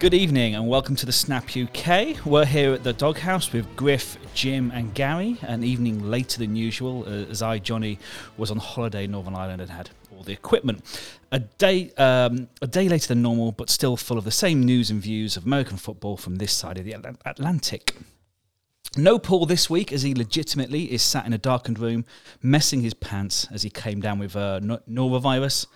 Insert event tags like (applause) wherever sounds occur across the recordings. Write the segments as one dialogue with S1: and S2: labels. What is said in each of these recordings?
S1: Good evening and welcome to the Snap UK. We're here at the Doghouse with Griff, Jim, and Gary. An evening later than usual, uh, as I, Johnny, was on holiday in Northern Ireland and had all the equipment. A day, um, a day later than normal, but still full of the same news and views of American football from this side of the Atl- Atlantic. No Paul this week, as he legitimately is sat in a darkened room, messing his pants as he came down with uh, no- norovirus.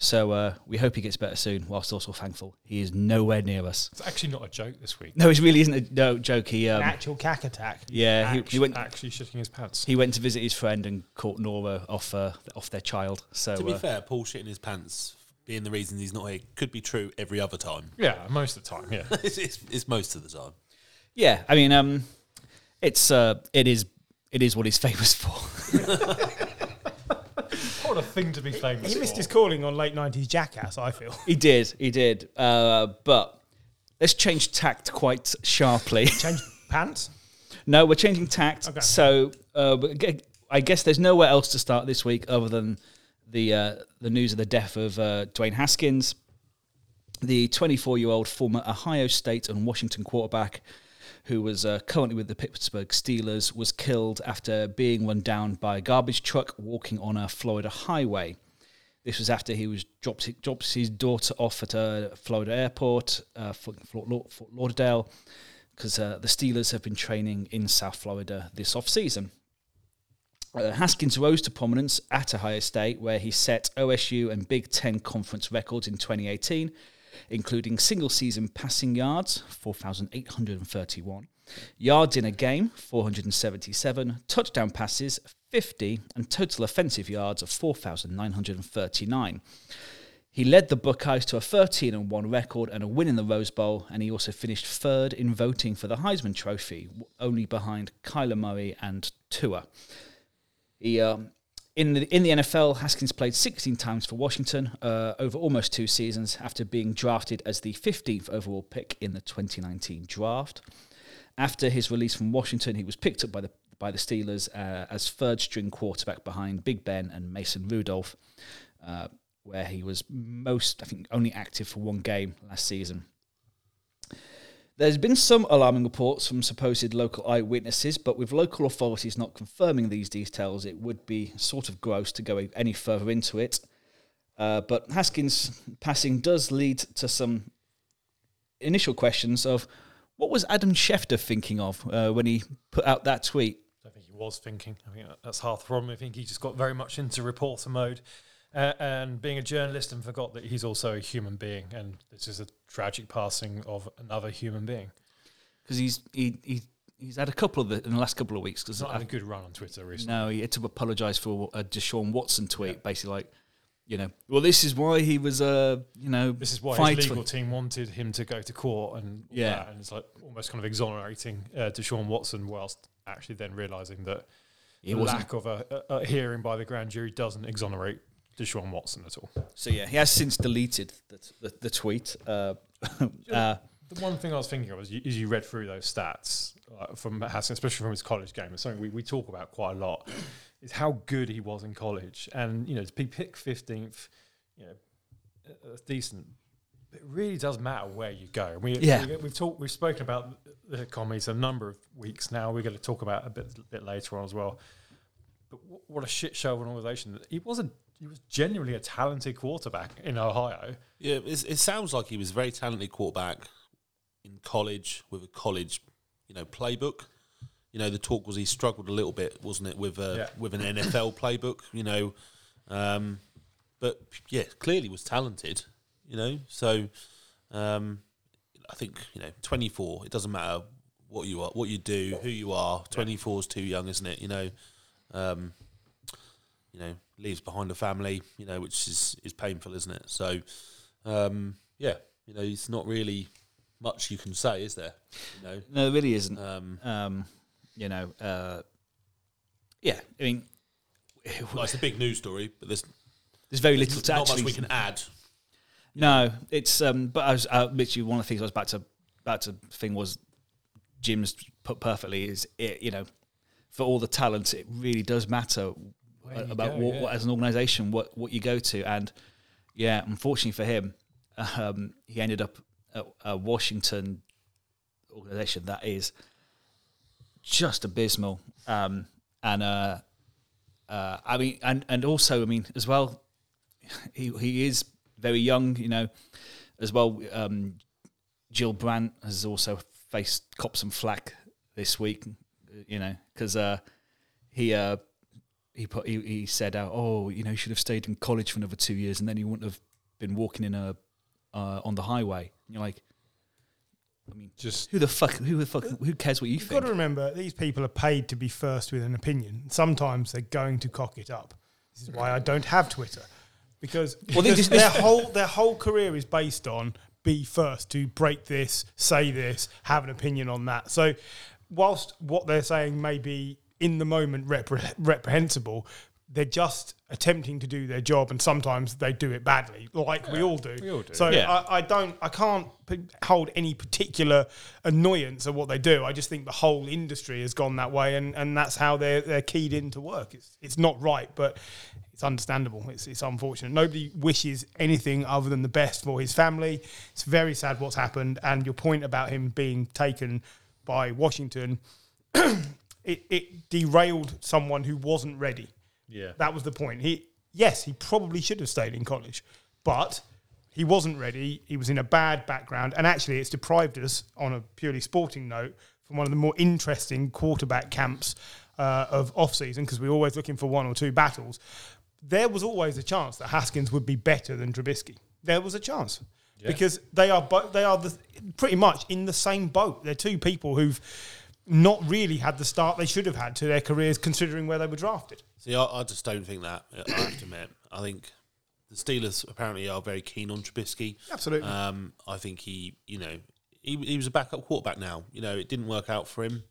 S1: So uh, we hope he gets better soon, whilst also thankful he is nowhere near us.
S2: It's actually not a joke this week.
S1: (laughs) No, it really isn't a no, joke. He, um,
S3: an actual cack attack.
S1: yeah, he,
S2: Act-
S1: he went
S2: actually shitting his pants.
S1: he went to visit his friend and caught Nora off uh, off their child. So
S4: To be
S1: uh,
S4: fair, Paul shitting his pants being the reason he's not here could be true every other time. (laughs)
S2: yeah, most of the time. Yeah,
S4: it's, it's, it's most of the time.
S1: yeah, I mean, um, it's uh, it is it is what he's (laughs) famous for.
S2: (laughs) what a thing to be famous.
S3: He missed
S2: for.
S3: his calling on late nineties Jackass. I feel.
S1: he did, he did. Uh, but let's change tact quite sharply.
S3: Change pants.
S1: No, we're changing tact.
S3: Okay.
S1: So uh, we- g- I guess there's nowhere else to start this week other than the uh, the news of the death of uh, Dwayne Haskins, the 24 year old former Ohio State and Washington quarterback who was uh, currently with the Pittsburgh Steelers, was killed after being run down by a garbage truck walking on a Florida highway. This was after he was dropped, dropped his daughter off at a Florida airport, uh, Fort, Fort, Laud- Fort Lauderdale, because uh, the Steelers have been training in South Florida this offseason. Uh, Haskins rose to prominence at Ohio State, where he set OSU and Big Ten conference records in 2018, including single season passing yards, 4,831, yards in a game, 477, touchdown passes, 50, and total offensive yards of 4,939. He led the Buckeyes to a 13 and 1 record and a win in the Rose Bowl, and he also finished third in voting for the Heisman Trophy, w- only behind Kyler Murray and Tua. He, um, in, the, in the NFL, Haskins played 16 times for Washington uh, over almost two seasons after being drafted as the 15th overall pick in the 2019 draft. After his release from Washington, he was picked up by the by the Steelers uh, as third string quarterback behind Big Ben and Mason Rudolph, uh, where he was most, I think, only active for one game last season. There's been some alarming reports from supposed local eyewitnesses, but with local authorities not confirming these details, it would be sort of gross to go any further into it. Uh, but Haskins' passing does lead to some initial questions of what was Adam Schefter thinking of uh, when he put out that tweet?
S2: I think he was thinking. I think that- that's half the problem. I think he just got very much into reporter mode uh, and being a journalist and forgot that he's also a human being. And this is a tragic passing of another human being.
S1: Because he's he, he he's had a couple of the in the last couple of weeks. Because
S2: He's not had a good run on Twitter recently.
S1: No, he had to apologise for a Deshaun Watson tweet, basically like, you know, well, this is why he was, uh, you know,
S2: This is why
S1: fight-
S2: his legal team wanted him to go to court and all
S1: Yeah.
S2: that. And it's like almost kind of exonerating uh, Deshaun Watson whilst actually then realising that
S1: He
S2: the
S1: wasn't.
S2: lack of a, a, a hearing by the grand jury doesn't exonerate Deshaun Watson at all.
S1: So yeah, he has since deleted the the, the tweet.
S2: (laughs)
S1: Uh, uh,
S2: The one thing I was thinking of is you, is you read through those stats uh, from Haskins, especially from his college game. It's something we, we talk about quite a lot (clears throat) is how good he was in college. And, you know, to be picked 15th, you know, uh, that's decent. It really does matter where you go. We,
S1: Yeah.
S2: we, we've talked, we've spoken about the commies a number of weeks now. We're going to talk about it a bit, bit later on as well. But wh- what a shit show of an organization! He was a, he was genuinely a talented quarterback in Ohio.
S4: Yeah, it's, it sounds like he was a very talented quarterback in college with a college, you know, playbook. You know, the talk was he struggled a little bit, wasn't it, with a,
S2: Yeah.
S4: with an NFL playbook? You know, um, but yeah, clearly was talented. You know, so um, I think you know, twenty four. It doesn't matter what you are, what you do, who you are. Twenty four is too young, isn't it? You know, um, you know, leaves behind a family. You know, which is is painful, isn't it? So um, yeah, you know, it's not really much you can say, is there? You
S1: no, it really isn't.
S4: know,
S2: Uh.
S4: um,
S1: Um, you know, uh, yeah. I mean, (sighs)
S4: well, it's a big news story, but there's
S1: there's very little
S4: not
S1: to actually.
S4: much we can add.
S1: No, it's um. But I was uh, literally one of the things I was about to about to thing was Jim's put perfectly is it you know for all the talent it really does matter
S2: you
S1: about
S2: go,
S1: what,
S2: yeah.
S1: what as an organisation what what you go to and yeah unfortunately for him (laughs) um, he ended up a, a Washington organization that is just abysmal. Um, and uh, uh, I mean, and and also, I mean, as well, he he is very young, you know, as well. Um, Jill Brandt has also faced cop some flack this week, you know, because uh, he uh, he put he, he said, uh, "Oh, you know, you should have stayed in college for another two years, and then you wouldn't have been walking in a uh, on the highway." And you're like, I mean,
S2: Just
S1: who the fuck, who the fuck, who cares what you
S3: You've
S1: think?
S3: got to remember these people are paid to be first with an opinion. Sometimes they're going to cock it up. This is why I don't have Twitter because,
S1: (laughs) Well, this-
S3: because
S1: this-
S3: their whole their whole career is based on be first to break this, say this, have an opinion on that. So, whilst what they're saying may be in the moment repre- reprehensible. They're just attempting to do their job, and sometimes they do it badly, like we all do.
S2: we all do.
S3: So
S1: Yeah.
S3: I, I don't, I can't p- hold any particular annoyance at what they do. I just think the whole industry has gone that way, and, and that's how they're they're keyed into work. It's it's not right, but it's understandable. It's it's unfortunate. Nobody wishes anything other than the best for his family. It's very sad what's happened, and your point about him being taken by Washington, (clears throat) it, it derailed someone who wasn't ready.
S2: yeah.
S3: That was the point. He yes, he probably should have stayed in college, but he wasn't ready. He was in a bad background, and actually, it's deprived us on a purely sporting note from one of the more interesting quarterback camps uh, of off season because we're always looking for one or two battles. There was always a chance that Haskins would be better than Trubisky. There was a chance. Because they are both, they are the, pretty much in the same boat. They're two people who've not really had the start they should have had to their careers, considering where they were drafted.
S4: See, I, I just don't think that. I have to admit, I think the Steelers apparently are very keen on Trubisky.
S3: Absolutely.
S4: Um, I think he, you know, he, he was a backup quarterback. Now, you know, it didn't work out for him.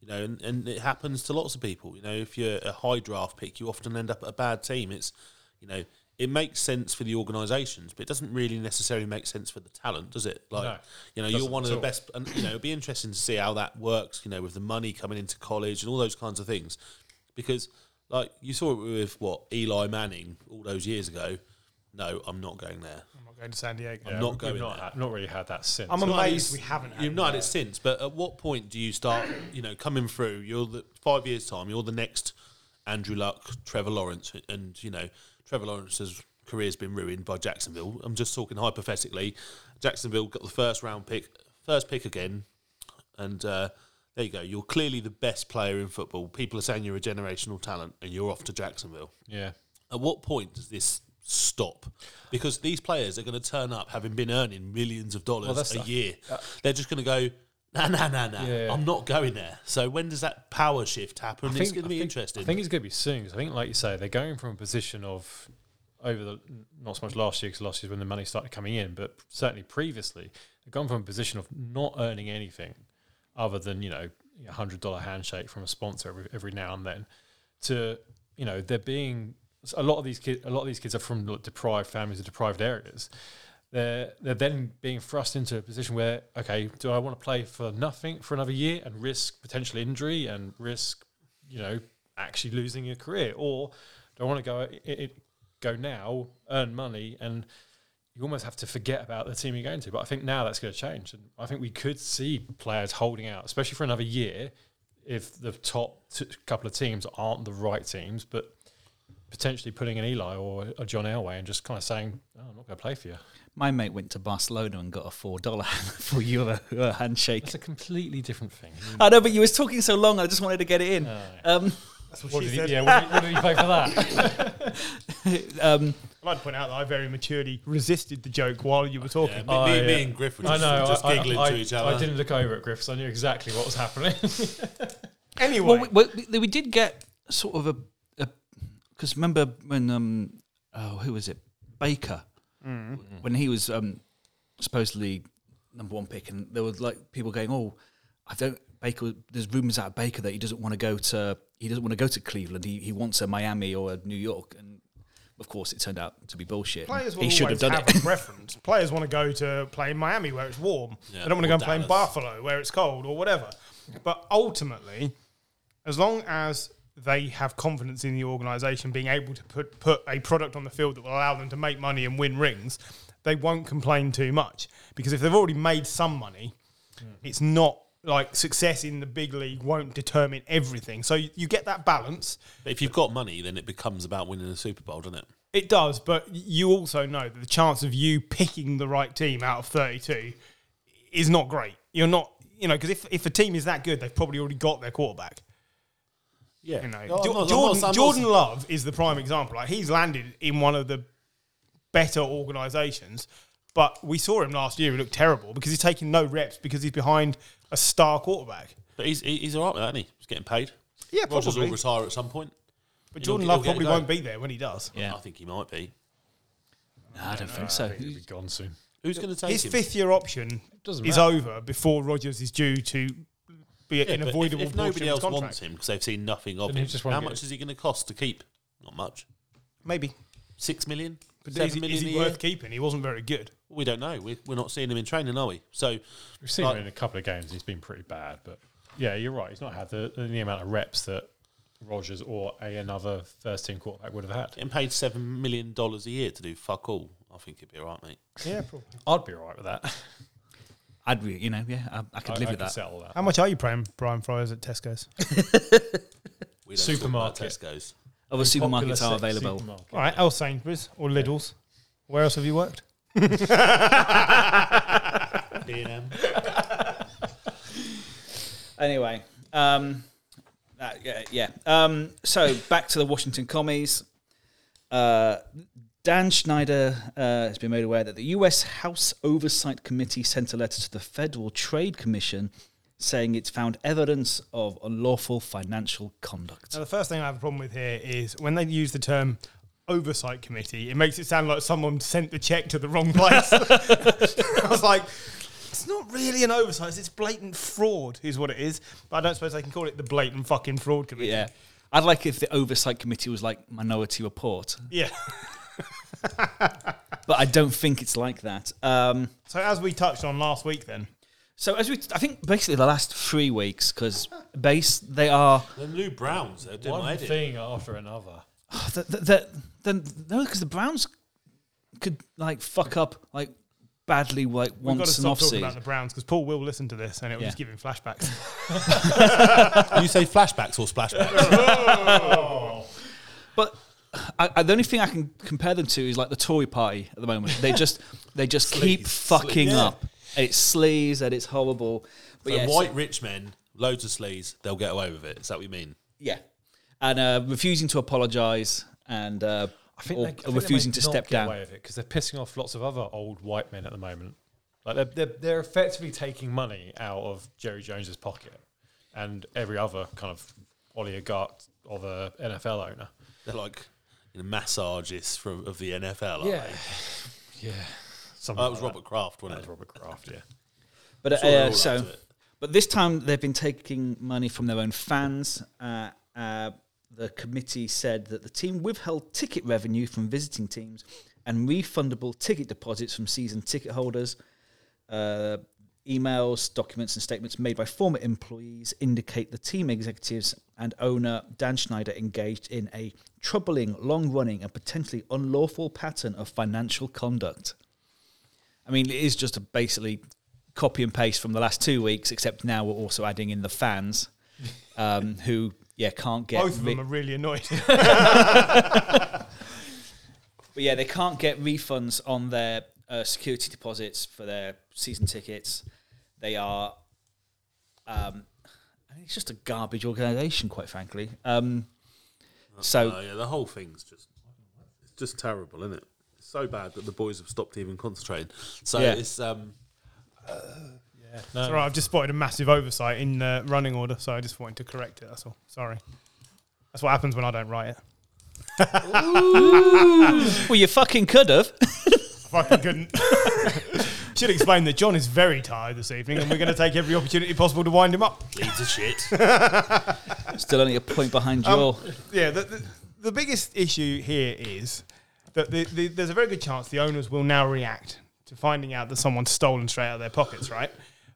S4: You know, and, and it happens to lots of people. You know, if you're a high draft pick, you often end up at a bad team. It's, you know, it makes sense for the organisations, but it doesn't really necessarily make sense for the talent, does it? Like,
S2: No,
S4: you know, you're
S2: doesn't
S4: one
S2: at
S4: of the
S2: all.
S4: best. And you know, it'd be interesting to see how that works. You know, with the money coming into college and all those kinds of things, because like you saw it with what Eli Manning all those years ago. No, I'm not going there.
S3: I'm not going to San Diego.
S2: Yeah,
S4: not
S2: we've
S4: going
S2: Not,
S4: there.
S2: had- not really had that since.
S3: I'm
S4: Well, it's-
S3: amazed we haven't. Had
S4: You've not had it since, but at what point do you start, you know, coming through? You're the five years time. You're the next Andrew Luck, Trevor Lawrence, and you know, Trevor Lawrence's career's been ruined by Jacksonville. I'm just talking hypothetically. Jacksonville got the first round pick, first pick again, and uh, there you go. You're clearly the best player in football. People are saying you're a generational talent, and you're off to Jacksonville
S2: yeah.
S4: at what point does this stop? Because these players are going to turn up having been earning millions of dollars
S2: Well, that's
S4: a
S2: the-
S4: year. They're just going to go, nah, nah, nah, nah,
S2: Yeah.
S4: I'm not going there. So when does that power shift happen?
S2: I
S4: it's
S2: think-
S4: going
S2: I
S4: to be
S2: think-
S4: interesting.
S2: I think it's going to be soon. 'cause I think, like you say, they're going from a position of over the not so much last year because last year's when the money started coming in, but certainly previously they've gone from a position of not earning anything other than you know a hundred dollar handshake from a sponsor every, every now and then to you know they're being a lot of these kids a lot of these kids are from deprived families or deprived areas they're they're then being thrust into a position where okay, do I want to play for nothing for another year and risk potential injury and risk you know actually losing your career, or do I want to go it, it, go now, earn money, and you almost have to forget about the team you're going to. But I think now that's going to change, and I think we could see players holding out, especially for another year, if the top t- couple of teams aren't the right teams, but. Potentially putting an Eli or a John Elway and just kind of saying, oh, "I'm not going to play for you."
S1: My mate went to Barcelona and got a four dollar (laughs) for euro uh, handshake.
S2: That's a completely different
S4: (laughs)
S2: thing.
S1: I know, but you was talking so long. I just wanted to get it in. Um,
S3: That's what
S2: What did
S3: she
S2: he,
S3: said.
S2: yeah, what did, he- what did he pay for
S4: (laughs)
S2: that?
S1: um,
S3: I'd like to point out that I very maturely resisted the joke while you were talking.
S4: Yeah, me,
S2: Oh,
S4: me- me
S2: yeah.
S4: and Griff were
S2: I
S4: just,
S2: know.
S4: just
S2: I,
S4: giggling
S2: I,
S4: to
S2: I-
S4: each other.
S2: I didn't look over at Griff, so I knew exactly what was happening.
S3: Anyway,
S1: well, we, well, we- we did get sort of a because remember when um, oh who was it Baker
S2: Mm.
S1: when he was um, supposedly number one pick and there were like people going oh I don't Baker there's rumors out of Baker that he doesn't want to go to he doesn't want to go to Cleveland he, he wants a Miami or a New York and of course it turned out to be bullshit
S3: players will
S1: he should have
S3: always
S1: done
S3: have
S1: it
S3: a preference. Players want to go to play in Miami where it's warm.
S4: Yeah,
S3: they don't want
S4: or
S3: to go and play in
S4: Dallas.
S3: Buffalo where it's cold or whatever. But ultimately, as long as they have confidence in the organisation being able to put, put a product on the field that will allow them to make money and win rings, they won't complain too much because if they've already made some money,
S4: Hmm.
S3: it's not like success in the big league won't determine everything. So you, you get that balance.
S4: But if you've got money, then it becomes about winning the Super Bowl, doesn't it?
S3: It does, but you also know that the chance of you picking the right team out of 32 is not great. You're not, you know, because if, if a team is that good, they've probably already got their quarterback.
S4: Yeah.
S3: You know, Jo- Jordan, Jordan Love is the prime example. Like he's landed in one of the better organisations, but we saw him last year. He looked terrible because he's taking no reps because he's behind a star quarterback.
S4: but he's he- he's all right with that, isn't he? He's getting paid.
S3: Yeah,
S4: Rogers will
S3: probably.
S4: retire at some point.
S3: But
S4: He'll
S3: Jordan
S4: get-
S3: Love
S4: he'll get
S3: probably
S4: a
S3: won't
S4: go.
S3: be there when he does.
S1: Yeah.
S4: I think he might be.
S1: No, (laughs) I don't think so.
S2: I think he'll be gone soon.
S4: Who's going to take
S3: His
S4: him?
S3: fifth year option
S1: Doesn't
S3: is
S1: matter.
S3: over before Rogers is due to be
S4: Yeah,
S3: an
S4: but if-
S3: avoidable
S4: if,
S3: portion
S4: nobody
S3: of his
S4: else
S3: contract.
S4: wants him because they've seen nothing of
S2: Then he
S4: him,
S2: just won't
S4: how
S2: get
S4: much
S2: it.
S4: is he going to cost to keep? Not much.
S3: Maybe.
S4: Six million?
S3: But is
S4: Seven
S3: he,
S4: million
S3: is
S4: a
S3: he
S4: year?
S3: worth keeping? He wasn't very good.
S4: We don't know. We're, we're not seeing him in training, are we? So
S2: We've seen
S4: Like-
S2: him in a couple of games. He's been pretty bad, but yeah, you're right. He's not had the, the amount of reps that Rogers or a, another first team quarterback would have had.
S4: getting paid seven million dollars a year to do fuck all, I think he'd be all right, mate.
S3: Yeah, probably.
S2: I'd be all right with (laughs) that.
S1: I'd re- you know, yeah, I, I could
S2: I,
S1: live with
S2: I could
S1: that.
S2: settle that.
S3: How much are you paying Brian Fryers at Tesco's?
S4: We don't talk about
S2: Supermarket.
S4: Tesco's.
S1: Other
S2: Popular
S1: supermarkets are
S2: sec-
S1: available.
S2: supermarket.
S3: All right, El Sainsbury's or Lidl's. Where else have you worked?
S4: B&M.
S1: Anyway, um, that- yeah, yeah. Um, so back to the Washington commies. Uh, Dan Schneider uh, has been made aware that the U.S. House Oversight Committee sent a letter to the Federal Trade Commission saying it's found evidence of unlawful financial conduct.
S3: Now, the first thing I have a problem with here is when they use the term oversight committee, it makes it sound like someone sent the check to
S1: (laughs)
S3: the wrong place. (laughs) I was like, it's not really an oversight, it's blatant fraud, is what it is. But I don't suppose they can call it the blatant fucking fraud committee.
S1: Yeah. I'd like if the oversight committee was like Minority Report,
S3: Yeah.
S1: but I don't think it's like that. Um,
S3: So, as we touched on last week, then,
S1: so as we, I think basically the last three weeks, because base they are
S4: The new Browns, they're doing my
S2: One
S4: head in.
S2: thing after another.
S1: the, the, the, the, no, because the Browns could like fuck up like badly like
S3: we've got to
S1: once and
S3: stop
S1: off
S3: talking about the
S1: season.
S3: Browns because Paul will listen to this and it will
S1: Yeah.
S3: just give him flashbacks.
S4: (laughs) you say flashbacks or splashbacks?
S3: (laughs)
S1: But I, I, the only thing I can compare them to is like the Tory Party at the moment. They just they just keep
S4: Sleaze,
S1: fucking
S4: sleaze.
S1: up. And it's sleaze and it's horrible. But yeah,
S4: The
S1: it's-
S4: white rich men, loads of sleaze, they'll get away with it. Is that what you mean?
S1: yeah, and uh, refusing to apologise and uh,
S2: I think
S1: or-
S2: they, I
S1: or
S2: think they
S1: refusing
S2: may
S1: to
S2: not
S1: step
S2: get
S1: down.
S2: away with it because they're pissing off lots of other old white men at the moment. Like they're, they're, they're effectively taking money out of Jerry Jones's pocket and every other kind of oligarch of a NFL owner.
S4: They're like you know, massagists from of the NFL. Aren't they?
S2: yeah. Something
S4: Oh, it was
S2: like
S4: Robert Kraft,
S2: That.
S4: wasn't
S2: That was
S4: it?
S2: Robert Kraft. Yeah.
S1: But
S4: Sure, they're
S1: uh,
S4: all up
S1: so,
S4: to it.
S1: but this time they've been taking money from their own fans. Uh, uh, the committee said that the team withheld ticket revenue from visiting teams and refundable ticket deposits from season ticket holders. Uh, emails, documents, and statements made by former employees indicate the team executives and owner Dan Schneider engaged in a troubling, long running, and potentially unlawful pattern of financial conduct. I mean, it is just a basically copy and paste from the last two weeks, except now we're also adding in the fans um, who, yeah, can't (laughs) get.
S3: Both of
S1: re-
S3: them are really annoyed.
S1: But yeah, they can't get refunds on their uh, security deposits for their season tickets. They are, um, I mean, it's just a garbage organisation, quite frankly. Um, so
S4: Oh, yeah, the whole thing's just it's just terrible, isn't it? It's so bad that the boys have stopped even concentrating. So
S1: Yeah.
S4: it's um,
S2: No,
S3: Sorry, I've just spotted a massive oversight in the running order, so I just wanted to correct it. That's all. Sorry. That's what happens when I don't write it.
S1: (laughs) well, you fucking could have. (laughs)
S3: I fucking couldn't. (laughs) Should explain that John is very tired this evening, and we're going to take every opportunity possible to wind him up.
S4: leads to shit. (laughs)
S1: Still only a point behind you all.
S3: Yeah, the, the, the biggest issue here is that the, the, there's a very good chance the owners will now react to finding out that someone's stolen straight out of their pockets, right?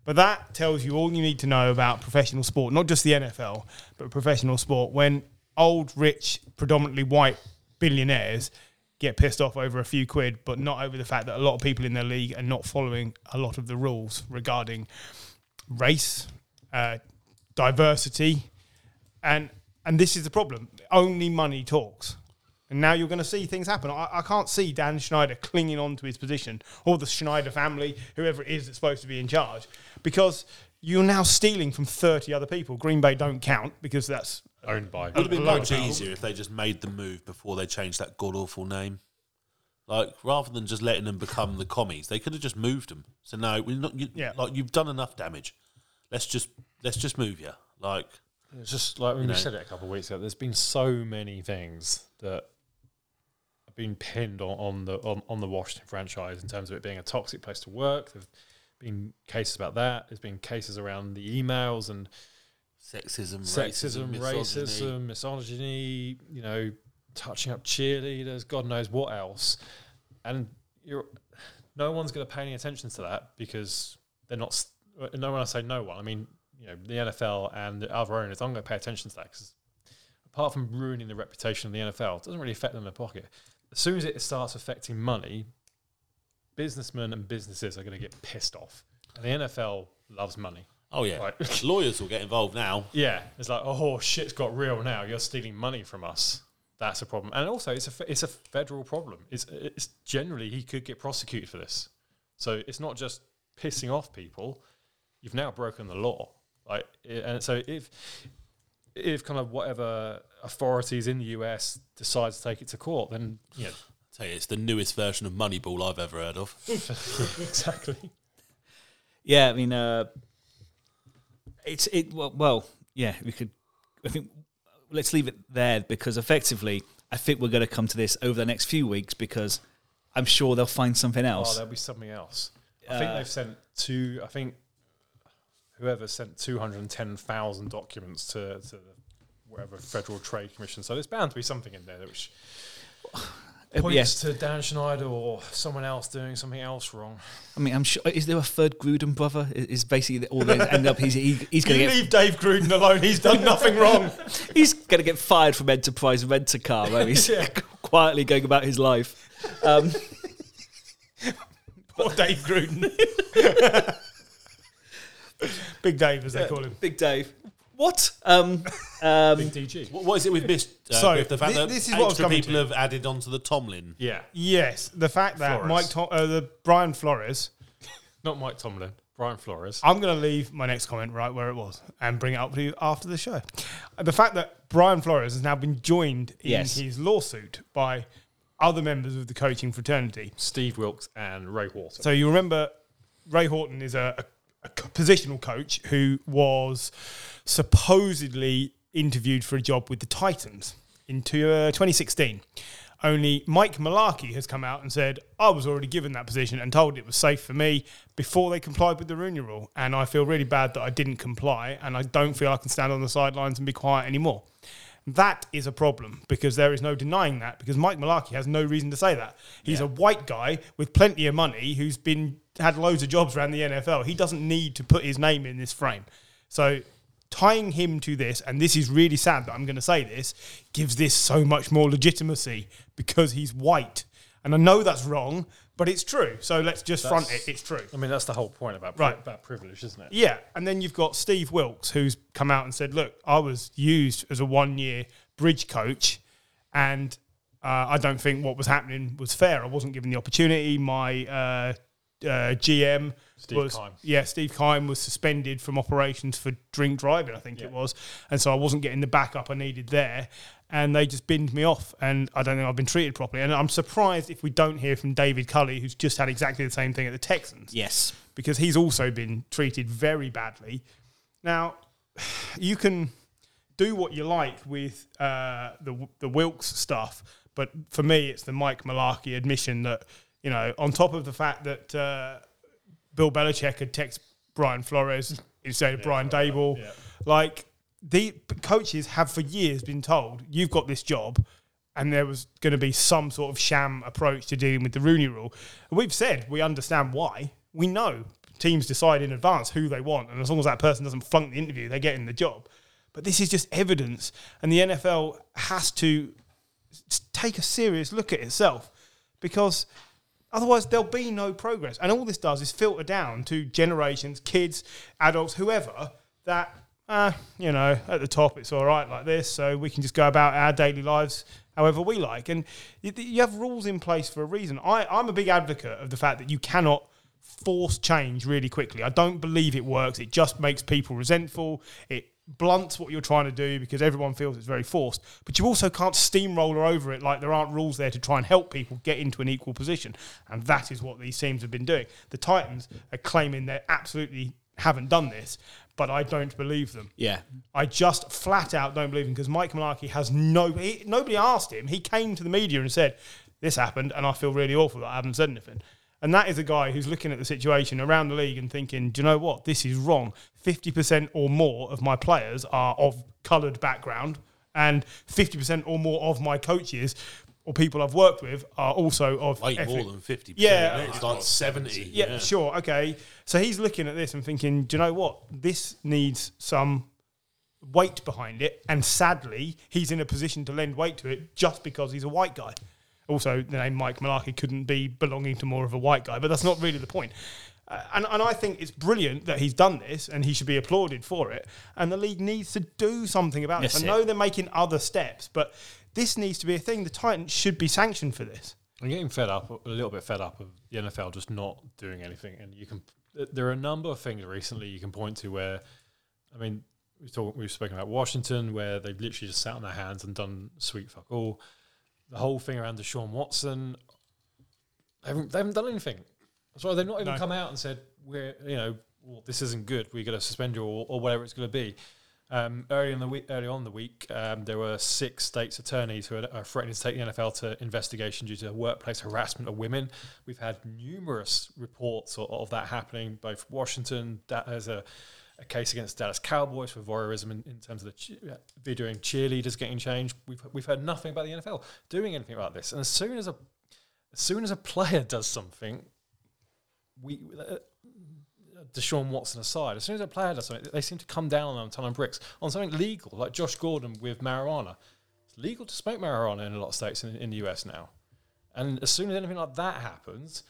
S3: But that tells you all you need to know about professional sport, not just the NFL, but professional sport. When old, rich, predominantly white billionaires get pissed off over a few quid, but not over the fact that a lot of people in their league are not following a lot of the rules regarding race, uh, diversity, and and this is the problem. Only money talks. And now you're going to see things happen. I, I can't see Dan Schneider clinging on to his position or the Schneider family, whoever it is that's supposed to be in charge, because you're now stealing from 30 other people. Green Bay don't count because that's
S2: owned by.
S4: Would have been much
S3: Loads of people.
S4: easier if they just made the move before they changed that god awful name. Like rather than just letting them become the commies, they could have just moved them. So no, we're not. You,
S3: Yeah.
S4: Like you've done enough damage. Let's just let's just move you. Like
S2: It's just like when we
S4: know.
S2: said it a couple of weeks ago. There's been so many things that have been pinned on, on the on, on the Washington franchise in terms of it being a toxic place to work. There've been cases about that. There's been cases around the emails and
S4: sexism,
S2: sexism,
S4: racism, misogyny.
S2: racism, misogyny, you know, touching up cheerleaders, God knows what else. And you're, no one's going to pay any attention to that because they're not. s- No one, I say no one. I mean, you know, the NFL and the other owners aren't going to pay attention to that because apart from ruining the reputation of the NFL, it doesn't really affect them in their pocket. As soon as it starts affecting money, businessmen and businesses are going to get pissed off. And the NFL loves money.
S4: Oh yeah,
S2: Right. (laughs)
S4: lawyers will get involved now.
S2: Yeah, it's like, oh, shit's got real now. You're stealing money from us. That's a problem. And also, it's a fe- it's a federal problem. It's it's generally he could get prosecuted for this. So it's not just pissing off people. You've now broken the law. Like, i- and so if if kind of whatever authorities in the US decide to take it to court, then yeah,
S4: I tell you, it's the newest version of Moneyball I've ever heard of.
S2: exactly.
S1: Yeah, I mean, uh, it's it. Well, well, yeah, we could. I think let's leave it there because effectively, I think we're going to come to this over the next few weeks because I'm sure they'll find something
S2: Oh,
S1: else.
S2: there'll be something else. I think
S1: Uh,
S2: they've sent two. I think whoever sent two hundred and ten thousand documents to to the whatever Federal Trade Commission. So there's bound to be something in there (sighs) which
S1: Uh,
S2: points
S1: yes,
S2: to Dan Schneider or someone else doing something else (laughs) wrong.
S1: I mean, I'm sure. Is there a third Gruden brother? Is- Is basically the- all they end up. He's he, he's going to
S3: you
S1: get
S3: leave Dave Gruden alone. He's done nothing wrong.
S1: he's going to get fired from Enterprise Rent a Car, where
S2: (laughs)
S1: he's quietly going about his life. Um,
S3: (laughs) Poor Dave Gruden. (laughs) Big Dave, as they call him.
S1: Big Dave. What? Um, um,
S2: DG.
S4: What, what is it we've missed? Uh,
S3: So,
S4: Griff? the fact
S3: thi-
S4: that
S3: this is what I was
S4: extra
S3: coming
S4: people
S3: to.
S4: have added onto the Tomlin.
S2: Yeah,
S3: Yes, the fact that
S2: Flores.
S3: Mike, Tom, uh, the Brian Flores.
S2: not Mike Tomlin, Brian Flores.
S3: I'm going to leave my next comment right where it was and bring it up to you after the show. The fact that Brian Flores has now been joined in
S1: Yes.
S3: his lawsuit by other members of the coaching fraternity.
S2: Steve Wilkes and Ray Walter.
S3: So you remember Ray Horton is a, a, a co- positional coach who was supposedly interviewed for a job with the Titans in two, uh, 2016. Only Mike Malarkey has come out and said, I was already given that position and told it was safe for me before they complied with the Rooney rule. And I feel really bad that I didn't comply and I don't feel I can stand on the sidelines and be quiet anymore. That is a problem because there is no denying that because Mike Malarkey has no reason to say that. He's a white guy with plenty of money who's been had loads of jobs around the NFL. He doesn't need to put his name in this frame. So tying him to this, and this is really sad that I'm going to say this, gives this so much more legitimacy because he's white. And I know that's wrong, but it's true. So let's just front it. It's true.
S2: I mean, that's the whole point about
S3: Right.
S2: about privilege, isn't it?
S3: Yeah, and then you've got Steve Wilkes who's come out and said, "Look, I was used as a one-year bridge coach, and uh, I don't think what was happening was fair. I wasn't given the opportunity. My uh, uh, GM,
S2: Steve
S3: was,
S2: Keim.
S3: yeah, Steve Kime was suspended from operations for drink driving, I think it was, and so I wasn't getting the backup I needed there." And they just binned me off, and I don't think I've been treated properly. And I'm surprised if we don't hear from David Cully, who's just had exactly the same thing at the Texans
S1: yes.
S3: because he's also been treated very badly. Now, you can do what you like with uh, the the Wilkes stuff, but for me, it's the Mike Malarkey admission that you know, on top of the fact that uh, Bill Belichick had text Brian Flores instead of Brian Dable, like the coaches have for years been told you've got this job. And there was going to be some sort of sham approach to dealing with the Rooney Rule. We've said we understand why. We know teams decide in advance who they want, and as long as that person doesn't flunk the interview, they're getting the job. But this is just evidence, and the NFL has to s- take a serious look at itself because otherwise there'll be no progress. And all this does is filter down to generations, kids, adults, whoever, that, uh, you know, at the top it's all right like this, so we can just go about our daily lives however we like. And you, you have rules in place for a reason. I, I'm a big advocate of the fact that you cannot force change really quickly. I don't believe it works. It just makes people resentful. It blunts what you're trying to do because everyone feels it's very forced. But you also can't steamroller over it like there aren't rules there to try and help people get into an equal position. And that is what these teams have been doing. The Titans are claiming they absolutely haven't done this, but I don't believe them.
S1: Yeah.
S3: I just flat out don't believe him because Mike Malarkey has no. He, nobody asked him. He came to the media and said, "This happened, and I feel really awful that I haven't said anything." And that is a guy who's looking at the situation around the league and thinking, "Do you know what? This is wrong. Fifty percent or more of my players are of coloured background, and fifty percent or more of my coaches." Or people I've worked with are also of
S4: Way
S3: ethnic-
S4: more than 50%.
S3: Yeah.
S4: It's like 70.
S3: yeah, sure, okay. So he's looking at this and thinking, do you know what? This needs some weight behind it. And sadly, he's in a position to lend weight to it just because he's a white guy. Also, the name Mike Malarkey couldn't be belonging to more of a white guy, but that's not really the point. Uh, and, and I think it's brilliant that he's done this and he should be applauded for it. And the league needs to do something about
S1: Yes,
S3: this. I
S1: it-
S3: know they're making other steps, but this needs to be a thing. The Titans should be sanctioned for this.
S2: I'm getting fed up, a little bit fed up of the NFL just not doing anything. And you can, there are a number of things recently you can point to where, I mean, we talk, we've spoken about Washington, where they've literally just sat on their hands and done sweet fuck all. The whole thing around Deshaun Watson, they haven't, they haven't done anything. So they've not even
S3: No.
S2: come out and said, we're, you know, well, this isn't good. We're going to suspend you or, or whatever it's going to be. Um, early in the week, early on in the week, um, there were six states' attorneys who had- are threatening to take the NFL to investigation due to workplace harassment of women. We've had numerous reports of, of that happening, both Washington. That has a, a case against Dallas Cowboys for voyeurism in, in terms of the che- uh, videoing cheerleaders getting changed. We've we've heard nothing about the NFL doing anything about this. And as soon as a as soon as a player (laughs) does something, we uh, Deshaun Watson aside, as soon as a player does something, they seem to come down on them, ton of bricks on something legal, like Josh Gordon with marijuana. It's legal to smoke marijuana in a lot of states in, in the US now, and as soon as anything like that happens,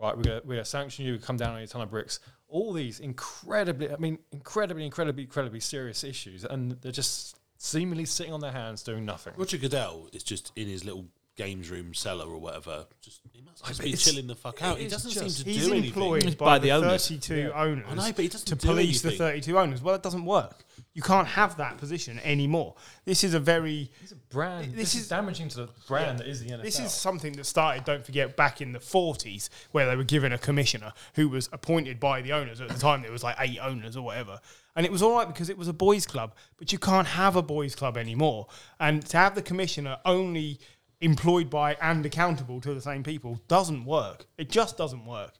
S2: right, we're gonna, we're gonna sanction you, come down on you, ton of bricks. All these incredibly, I mean, incredibly, incredibly, incredibly serious issues, and they're just seemingly sitting on their hands doing nothing.
S4: Roger Goodell is just in his little games room cellar or whatever. Just he must just be
S2: it's-
S4: chilling the fuck out. He
S2: it is
S4: doesn't
S2: just-
S4: seem to
S3: He's
S4: do
S3: employed
S4: anything.
S3: by,
S1: By
S3: the,
S1: the owners.
S3: 32 owners
S4: I know, but he doesn't
S3: to
S4: do
S3: police the
S4: anything.
S3: 32 owners. Well, it doesn't work. You can't have that position anymore. This is a very.
S2: Brand. This,
S3: This
S2: is,
S3: is-
S2: damaging to the brand that is the NFL.
S3: This is something that started, don't forget, back in the 40s, where they were given a commissioner who was appointed by the owners. At the time, there was like eight owners or whatever. And it was all right because it was a boys' club, but you can't have a boys' club anymore. And to have the commissioner only employed by and accountable to the same people doesn't work. It just doesn't work.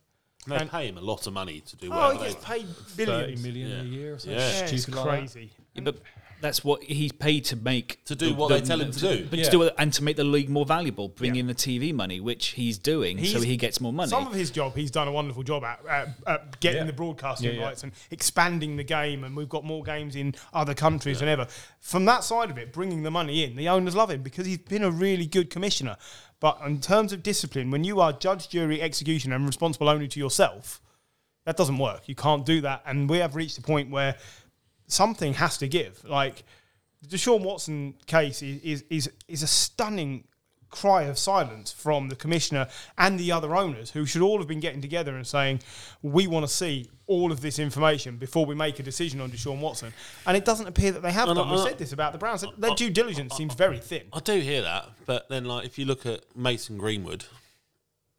S4: They pay him a lot of money to do
S3: Oh,
S4: whatever
S3: he gets
S4: they
S3: paid
S2: thirty
S3: billions.
S2: million a
S4: Yeah.
S2: year or something.
S4: Yeah.
S3: Yeah, it's
S2: Stupid like that.
S3: crazy.
S1: Yeah, but that's what he's paid to make
S4: to do what they tell him to do.
S1: But
S2: Yeah.
S1: to do it and to make the league more valuable, bring in the TV money, which he's doing, so
S3: He's-
S1: he gets more money.
S3: Some of his job, he's done a wonderful job at, at, at getting
S2: Yeah.
S3: the broadcasting
S2: Yeah, yeah.
S3: rights and expanding the game. And we've got more games in other countries than ever. From that side of it, bringing the money in, the owners love him because he's been a really good commissioner. But in terms of discipline, when you are judge, jury, execution, and responsible only to yourself, that doesn't work. You can't do that. And we have reached a point where something has to give. Like the Deshaun Watson case is is is, is a stunning cry of silence from the commissioner and the other owners who should all have been getting together and saying we want to see all of this information before we make a decision on Deshaun Watson and it doesn't appear that they have
S4: And
S3: done
S4: I-
S3: we
S4: I-
S3: said this about the Browns their due diligence seems very thin
S4: I do hear that, but then like if you look at Mason Greenwood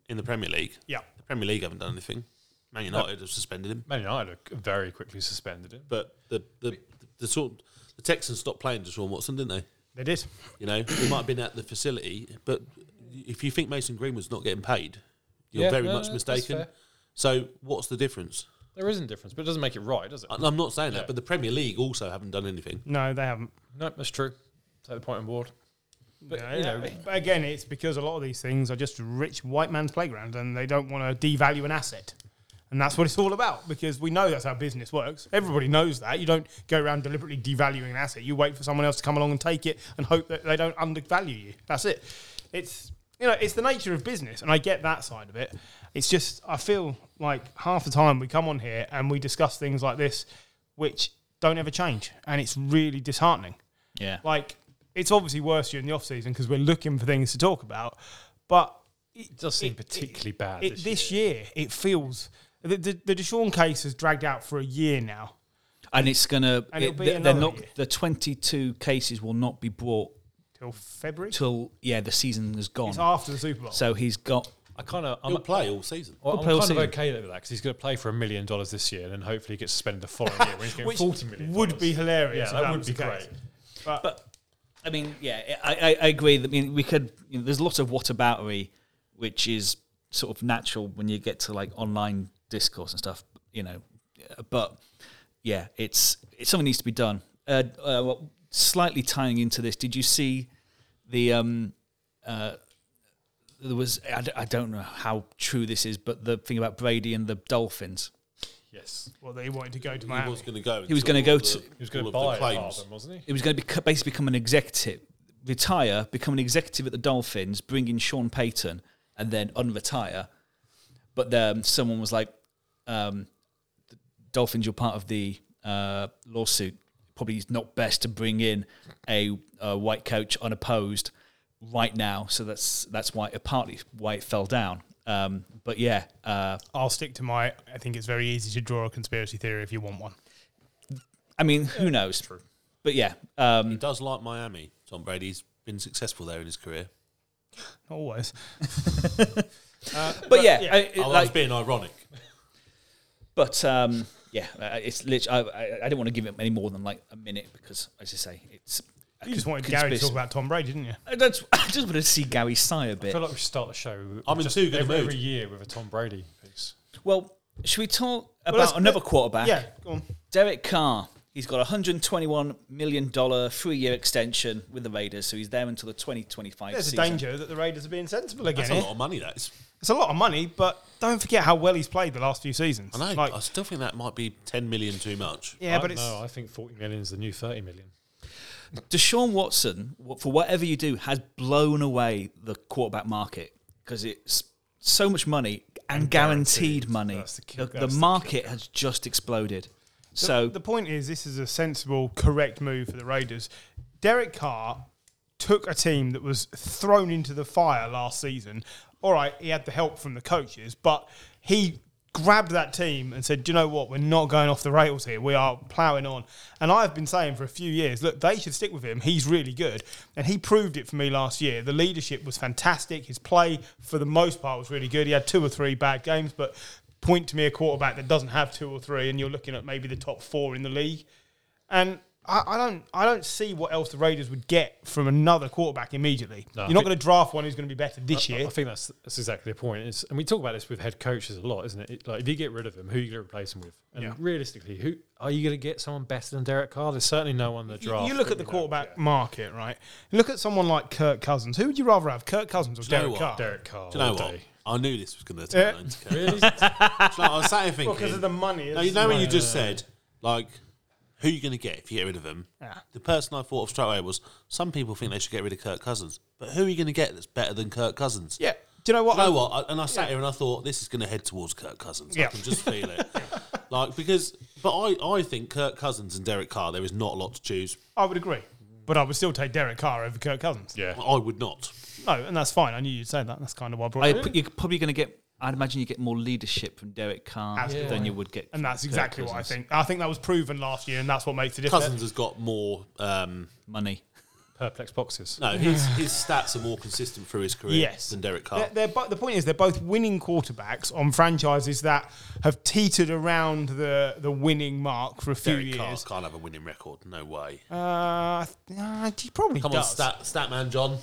S4: in the Premier League,
S3: yeah
S4: the Premier League haven't done anything. Man United have suspended him,
S2: Man United very quickly suspended him.
S4: but the the, the, sort the Texans stopped playing Deshaun Watson, didn't they?
S3: they did
S4: You know, he might have been at the facility, but if you think Mason Greenwood's not getting paid, you're
S2: Yeah,
S4: very
S2: no,
S4: much
S2: no, that's
S4: mistaken.
S2: fair.
S4: So what's the difference?
S2: There isn't difference, but it doesn't make it right, does it?
S4: I- I'm not saying that, but the Premier League also haven't done anything.
S3: no they haven't
S2: no, that's true. Take the point on board. But
S3: Yeah,
S2: you
S3: yeah.
S2: know,
S3: but again it's because a lot of these things are just rich white man's playground and they don't want to devalue an asset And that's what it's all about because we know that's how business works. Everybody knows that. You don't go around deliberately devaluing an asset. You wait for someone else to come along and take it and hope that they don't undervalue you. That's it. It's you know, it's the nature of business and I get that side of it. It's just I feel like half the time we come on here and we discuss things like this which don't ever change and it's really disheartening
S1: Yeah.
S3: like it's obviously worse during the off season because we're looking for things to talk about, but it
S2: does seem
S3: it-
S2: particularly bad
S3: it-
S2: this
S3: this year. it feels the, the the Deshaun case has dragged out for a year now.
S1: and it's gonna.
S3: And it'll
S1: it-
S3: be
S1: they- they're
S3: another
S1: not.
S3: year.
S1: The twenty-two cases will not be brought
S3: Till February,
S1: till yeah the season is gone.
S3: it's after the Super Bowl.
S1: So he's got.
S2: I kind of I'm,
S4: He'll play all season.
S2: well,
S1: He'll
S2: I'm
S1: play all
S2: kind of
S1: season.
S2: okay with that because he's going to play for a million dollars this year, and then hopefully he gets spent the following year when he's getting
S3: which
S2: forty million.
S3: would be hilarious.
S2: yeah,
S3: if
S2: that would
S3: was
S2: be
S3: the
S2: great.
S3: case. But,
S1: I mean, yeah, I, I, I agree. that- I mean, we could. You know, there's lots of what aboutery, which is sort of natural when you get to like online discourse and stuff. You know, but yeah, it's it's something needs to be done. Uh, uh, well, slightly tying into this, did you see the um uh, there was I, d- I don't know how true this is, but the thing about Brady and the Dolphins.
S2: Yes,
S3: well, they wanted to go to
S4: He
S3: Miami.
S4: was going to go.
S1: He was
S4: until
S1: gonna go
S4: all
S1: to-
S4: the-
S2: he was going to
S4: all
S2: buy
S4: of
S2: it
S4: the
S2: half of
S4: claims.
S2: them, wasn't he?
S1: It was going to be basically become an executive, retire, become an executive at the Dolphins, bring in Sean Payton, and then unretire. But then someone was like, um, the "Dolphins, you're part of the uh, lawsuit. Probably it's not best to bring in a, a white coach unopposed right now." So that's that's why, partly why it fell down. Um, but yeah, uh,
S3: I'll stick to my. I think it's very easy to draw a conspiracy theory if you want one.
S1: I mean, who knows? But yeah, um,
S4: He does like Miami. Tom Brady's been successful there in his career.
S3: Not always.
S1: but, yeah,
S3: yeah.
S1: I-
S4: I
S1: like-
S4: was Oh, being ironic.
S1: But um, yeah, uh, it's lit. I, I, I don't want to give it any more than like a minute because, as you say, it's. a
S3: You just wanted
S1: conspiracy.
S3: Gary to talk about Tom Brady, didn't you?
S1: I, don't, (laughs) I just wanted to see Gary sigh a
S2: I
S1: bit.
S2: feel like we should start the show. with
S4: I'm in
S2: just
S4: too good a
S2: every,
S4: mood.
S2: every year with a Tom Brady piece.
S1: Well, should we talk about
S3: let's-
S1: another
S3: let-
S1: quarterback?
S3: Yeah, go on.
S1: Derek Carr. He's got a $121 million three year extension with the Raiders, so he's there until the 2025
S3: There's a
S1: season.
S3: danger that the Raiders are being sensible again.
S4: That's
S3: here.
S4: a lot of money. That is.
S3: It's a lot of money, but don't forget how well he's played the last few seasons.
S4: I know.
S3: Like,
S4: I still think that might be ten million too much.
S3: yeah,
S2: I-
S3: but it's
S2: no, I think forty million is the new thirty million.
S1: Deshaun Watson, wh- for whatever you do, has blown away the quarterback market because it's so much money and, guaranteed,
S2: guaranteed.
S1: money.
S2: That's the kick-
S1: the,
S2: that's the
S1: market has just exploded. so
S3: the point is this is a sensible, correct move for the Raiders. Derek Carr took a team that was thrown into the fire last season. All right, he had the help from the coaches, but he grabbed that team and said, "Do you know what? We're not going off the rails here. We are ploughing on." And I've been saying for a few years, look, they should stick with him. He's really good, and he proved it for me last year. The leadership was fantastic. His play, for the most part, was really good. He had two or three bad games, but point to me a quarterback that doesn't have two or three, and you're looking at maybe the top four in the league. And I, I don't, I don't see what else the Raiders would get from another quarterback immediately.
S2: No, I
S3: you're not
S2: think-
S3: going to draft one who's going to be better this
S2: I-
S3: year.
S2: I think that's that's exactly the point. It's, and we talk about this with head coaches a lot, isn't it? It- Like if you get rid of him, who are you going to replace him with? And
S3: Yeah.
S2: realistically, who are you going to get someone better than Derek Carr? There's certainly no one in the
S3: You-
S2: draft.
S3: you look
S2: that
S3: at
S2: we
S3: the
S2: know.
S3: quarterback market, right? Look at someone like Kirk Cousins. Who would you rather have, Kirk Cousins or
S4: you know
S3: Derek
S4: what?
S3: Carr?
S2: Derek Carr.
S4: Do you know
S2: all
S4: what?
S2: day.
S4: I knew this was going to turn
S3: Yeah.
S2: (laughs)
S4: into chaos. Do you know, I was sat here thinking.
S3: because of the money.
S4: No, you know when you just said, like, who you going to get if you get rid of him? The person I thought of straight away was some people think they should get rid of Kirk Cousins, but who are you going to get that's better than Kirk Cousins?
S3: yeah. Do you know what?
S4: Do you know what? I, and I sat here and I thought this is going to head towards Kirk Cousins.
S3: (laughs) Yeah.
S4: I can just feel it. Like because, but I, I think Kirk Cousins and Derek Carr there is not a lot to choose.
S3: I would agree, but I would still take Derek Carr over Kirk Cousins.
S2: Yeah.
S4: I would not.
S3: No, and that's fine. I knew you'd say that. That's kind of why I brought
S1: I,
S3: it. up.
S1: you're probably going to get. I'd imagine you get more leadership from Derek Carr
S3: Absolutely.
S1: than you would get.
S3: And
S1: from
S3: that's
S1: Kirk
S3: exactly what I
S1: Cousins.
S3: think. I think that was proven last year, and that's what makes the difference.
S4: Cousins has got more. Um,
S1: Money.
S2: Perplex boxes.
S4: no, his his stats are more consistent through his career
S3: Yes.
S4: than Derek Carr.
S3: They're, they're bo- the point is, they're both winning quarterbacks on franchises that have teetered around the, the winning mark for a few
S4: Derek Carr
S3: years.
S4: can't have a winning record. No way.
S3: Uh, uh, he probably
S4: Come on,
S3: does.
S4: stat, stat man, John.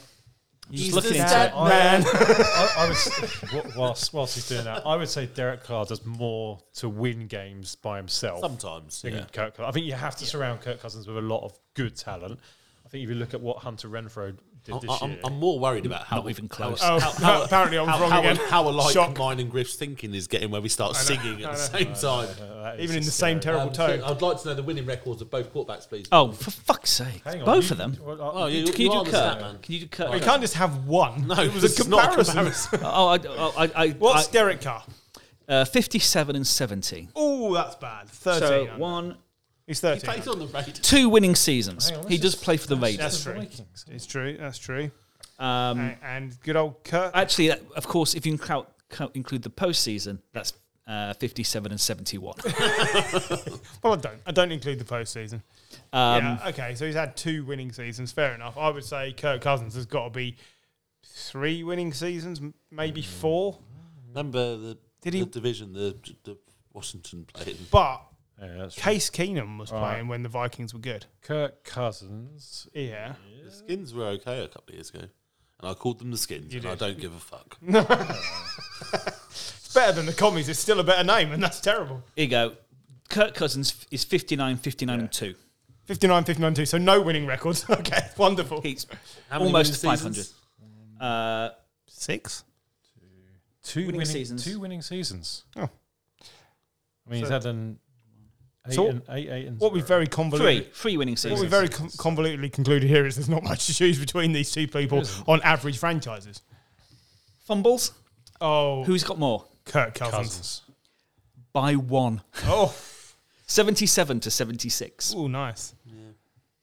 S1: Just
S4: He's
S1: looking
S4: the
S1: into
S4: stat
S1: it.
S2: I-
S3: Man.
S2: I, I was (laughs) wh- whilst whilst he's doing that, I would say Derek Carr does more to win games by himself
S4: Sometimes,
S2: than
S4: yeah.
S2: Kirk. Cousins. I think you have to surround Kirk Cousins with a lot of good talent. I think if you look at what Hunter Renfro did
S4: I'm,
S2: this
S4: I'm,
S2: year,
S4: I'm more worried about how
S1: Not even close.
S4: How,
S3: Oh, (laughs) apparently I'm
S4: how,
S3: wrong
S4: how,
S3: again.
S4: How alike
S3: Shock.
S4: mine and Griff's thinking is getting where we start singing at the same time.
S2: uh, that is
S3: Even in the
S2: just
S3: same
S2: scary.
S3: terrible
S4: Um, so
S3: tone.
S4: I'd like to know the winning records of both quarterbacks, please.
S1: Oh, for fuck's sake!
S2: Hang on,
S1: Both
S2: you-
S1: of them.
S2: well, I-
S4: Well, you,
S1: Can you,
S4: are
S1: do
S4: the
S1: Kurt?
S4: stat man.
S1: Can you do Kurt?
S3: We can't just have one.
S4: No,
S3: it was a
S4: it's not a
S3: comparison.
S4: comparison.
S1: Oh, I, oh, I, I,
S3: (laughs) What's
S1: I-
S3: Derek Carr?
S1: uh, fifty-seven and seventeen.
S3: Oh, that's bad. Thirteen.
S1: So
S3: under.
S1: one,
S3: He's
S4: He
S3: thirteen.
S4: plays on the Raiders.
S1: two winning seasons.
S2: Hang on,
S1: he
S2: let's
S1: does
S2: just-
S1: play for the Raiders.
S3: That's true.
S2: Vikings.
S3: It's true. That's true.
S1: Um,
S3: and, and good old Kurt.
S1: Actually, that- of course, if you include, include the postseason, that's uh, fifty-seven and seventy-one.
S3: well, I don't. I don't include the postseason.
S1: Um,
S3: yeah. Okay. So he's had two winning seasons. Fair enough. I would say Kirk Cousins has got to be three winning seasons, m- maybe four.
S4: Remember the,
S3: Did
S4: the
S3: he-
S4: division, the, the Washington played.
S3: But
S2: Yeah, that's true.
S3: Case Keenum was
S2: Right.
S3: playing when the Vikings were good.
S2: Kirk Cousins.
S3: Yeah.
S4: The skins were okay a couple of years ago. And I called them the skins, and I don't give a fuck.
S3: It's better than the commies. It's still a better name, and that's terrible.
S1: Here you go. Kirk Cousins f- is 59, 59 and 2.
S3: 59 59 2. So no winning records. (laughs) okay. Wonderful.
S1: He's
S4: How many
S1: almost
S4: winning
S1: 500.
S4: seasons?
S1: Uh,
S3: Six.
S2: Two
S1: Winning seasons.
S2: Two winning seasons.
S3: Oh.
S2: I mean, he's
S3: So-
S2: had an eight,
S3: So-
S2: and, eight, eight, and
S3: What we
S2: zero.
S3: very convoluted.
S1: three. Three winning
S3: What we
S1: seasons.
S3: very con- convolutedly concluded here is there's not much to choose between these two people on average franchises.
S1: Fumbles.
S3: Oh,
S1: Who's got more?
S3: Kirk Cousins.
S2: Cousins.
S1: By one. (laughs)
S3: Oh,
S1: 77 to 76.
S3: ooh, nice.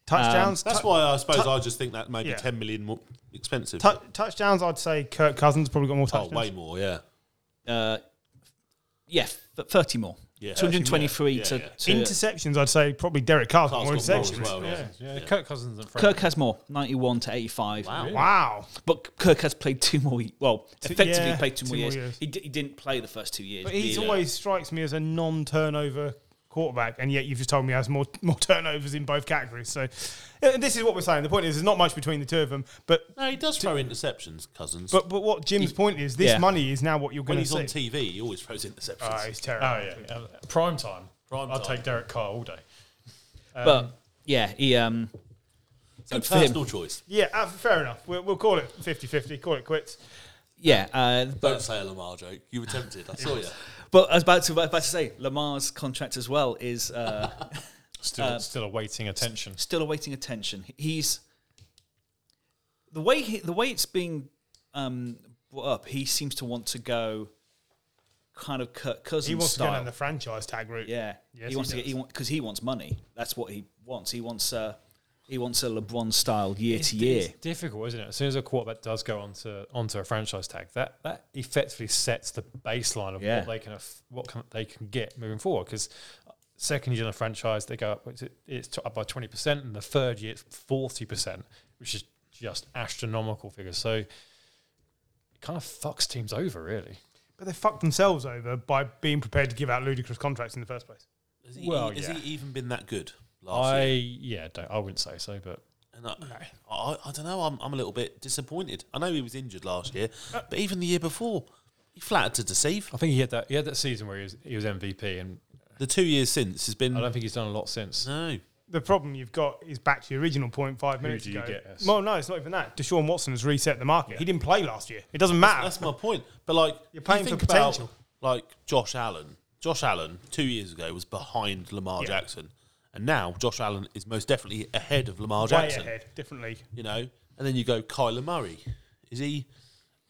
S3: Touchdowns.
S4: That's
S3: tou-
S4: why I suppose I just think that may be
S3: Yeah.
S4: 10 million more expensive.
S3: tou- touchdowns. I'd say Kirk Cousins probably got more
S4: oh,
S3: touchdowns.
S4: way more, yeah.
S1: Uh, yeah, f- 30 more.
S4: Yeah.
S1: 223
S4: Yeah,
S1: to,
S4: yeah.
S1: to-
S3: Interceptions. I'd say probably Derek Carr's got
S4: Carr's
S3: more
S4: got more as
S3: interceptions.
S4: well, yeah.
S2: Yeah, Kirk Cousins and Frank.
S1: Kirk has more, 91 to 85.
S4: Wow.
S3: Wow.
S1: But Kirk has played two more, ye- well, effectively
S3: yeah,
S1: played two, more years.
S3: years.
S1: He, d- he didn't play the first two years.
S3: But he's
S1: really.
S3: always strikes me as a non-turnover quarterback, and yet you've just told me he has more (laughs) more turnovers in both categories. So, and this is what we're saying. The point is, there's not much between the two of them. But
S4: No, he does throw interceptions, Cousins.
S3: but but what Jim's point is, this
S1: yeah.
S3: money is now what you're
S4: when
S3: going to
S4: he's
S3: see.
S4: on TV, he always throws interceptions.
S3: Oh, he's terrible.
S2: Oh yeah, yeah. prime time.
S4: Prime
S2: I'd
S4: time.
S2: take Derek Carr all day.
S3: Um,
S1: But yeah, he. Um,
S4: so
S1: good for him.
S4: personal choice.
S3: Yeah, uh, fair enough. We'll, we'll call it 50-50, Call it quits.
S1: Yeah, uh, but
S4: Don't say a Lamar joke. You were
S2: (laughs)
S4: tempted. I saw you.
S1: but I was about to about to say Lamar's contract as well is uh,
S2: Still, still awaiting attention.
S1: still awaiting attention. He's the way he, the way it's being um, brought up. He seems to want to go kind of Kirk Cousins
S3: He wants to go
S1: style.
S3: down the franchise tag route.
S1: yeah,
S3: Yes,
S1: he wants
S3: he
S1: to get he want because he wants money. That's what he wants. He wants uh, he wants a LeBron style year to year.
S2: It's difficult, isn't it? As soon as a quarterback does go onto onto a franchise tag, that that effectively sets the baseline of
S1: Yeah.
S2: what they can aff- what can, they can get moving forward. Because second year in a franchise, they go up. It's, it's t- up by twenty percent, and the third year it's forty percent, which is just astronomical figures. So. It kind of fucks teams over, really.
S3: But they fucked themselves over by being prepared to give out ludicrous contracts in the first place.
S4: Has he,
S2: Well,
S4: has
S2: yeah.
S4: he even been that good last
S2: I
S4: year?
S2: yeah, don't, I wouldn't say so, but
S4: And I, I, I don't know. I'm, I'm a little bit disappointed. I know he was injured last year,
S2: Uh,
S4: but even the year before, he flattered to deceive.
S2: I think he had that he had that season where he was, he was MVP, and
S4: The two years since has been
S2: I don't think he's done a lot since.
S4: Hmm. no.
S3: The problem you've got is back to your original point five minutes
S2: do you
S3: ago.
S2: get us?
S3: Well, no, it's not even that. Deshaun Watson has reset the market. He didn't play last year. It doesn't matter.
S4: That's my point. But like,
S3: You're paying
S4: you
S3: for
S4: think about,
S3: potential.
S4: Like Josh Allen. Josh Allen two years ago was behind Lamar Jackson, and now Josh Allen is most definitely ahead of Lamar
S3: Way
S4: Jackson.
S3: ahead, definitely.
S4: You know, and then you go Kyler Murray. Is he?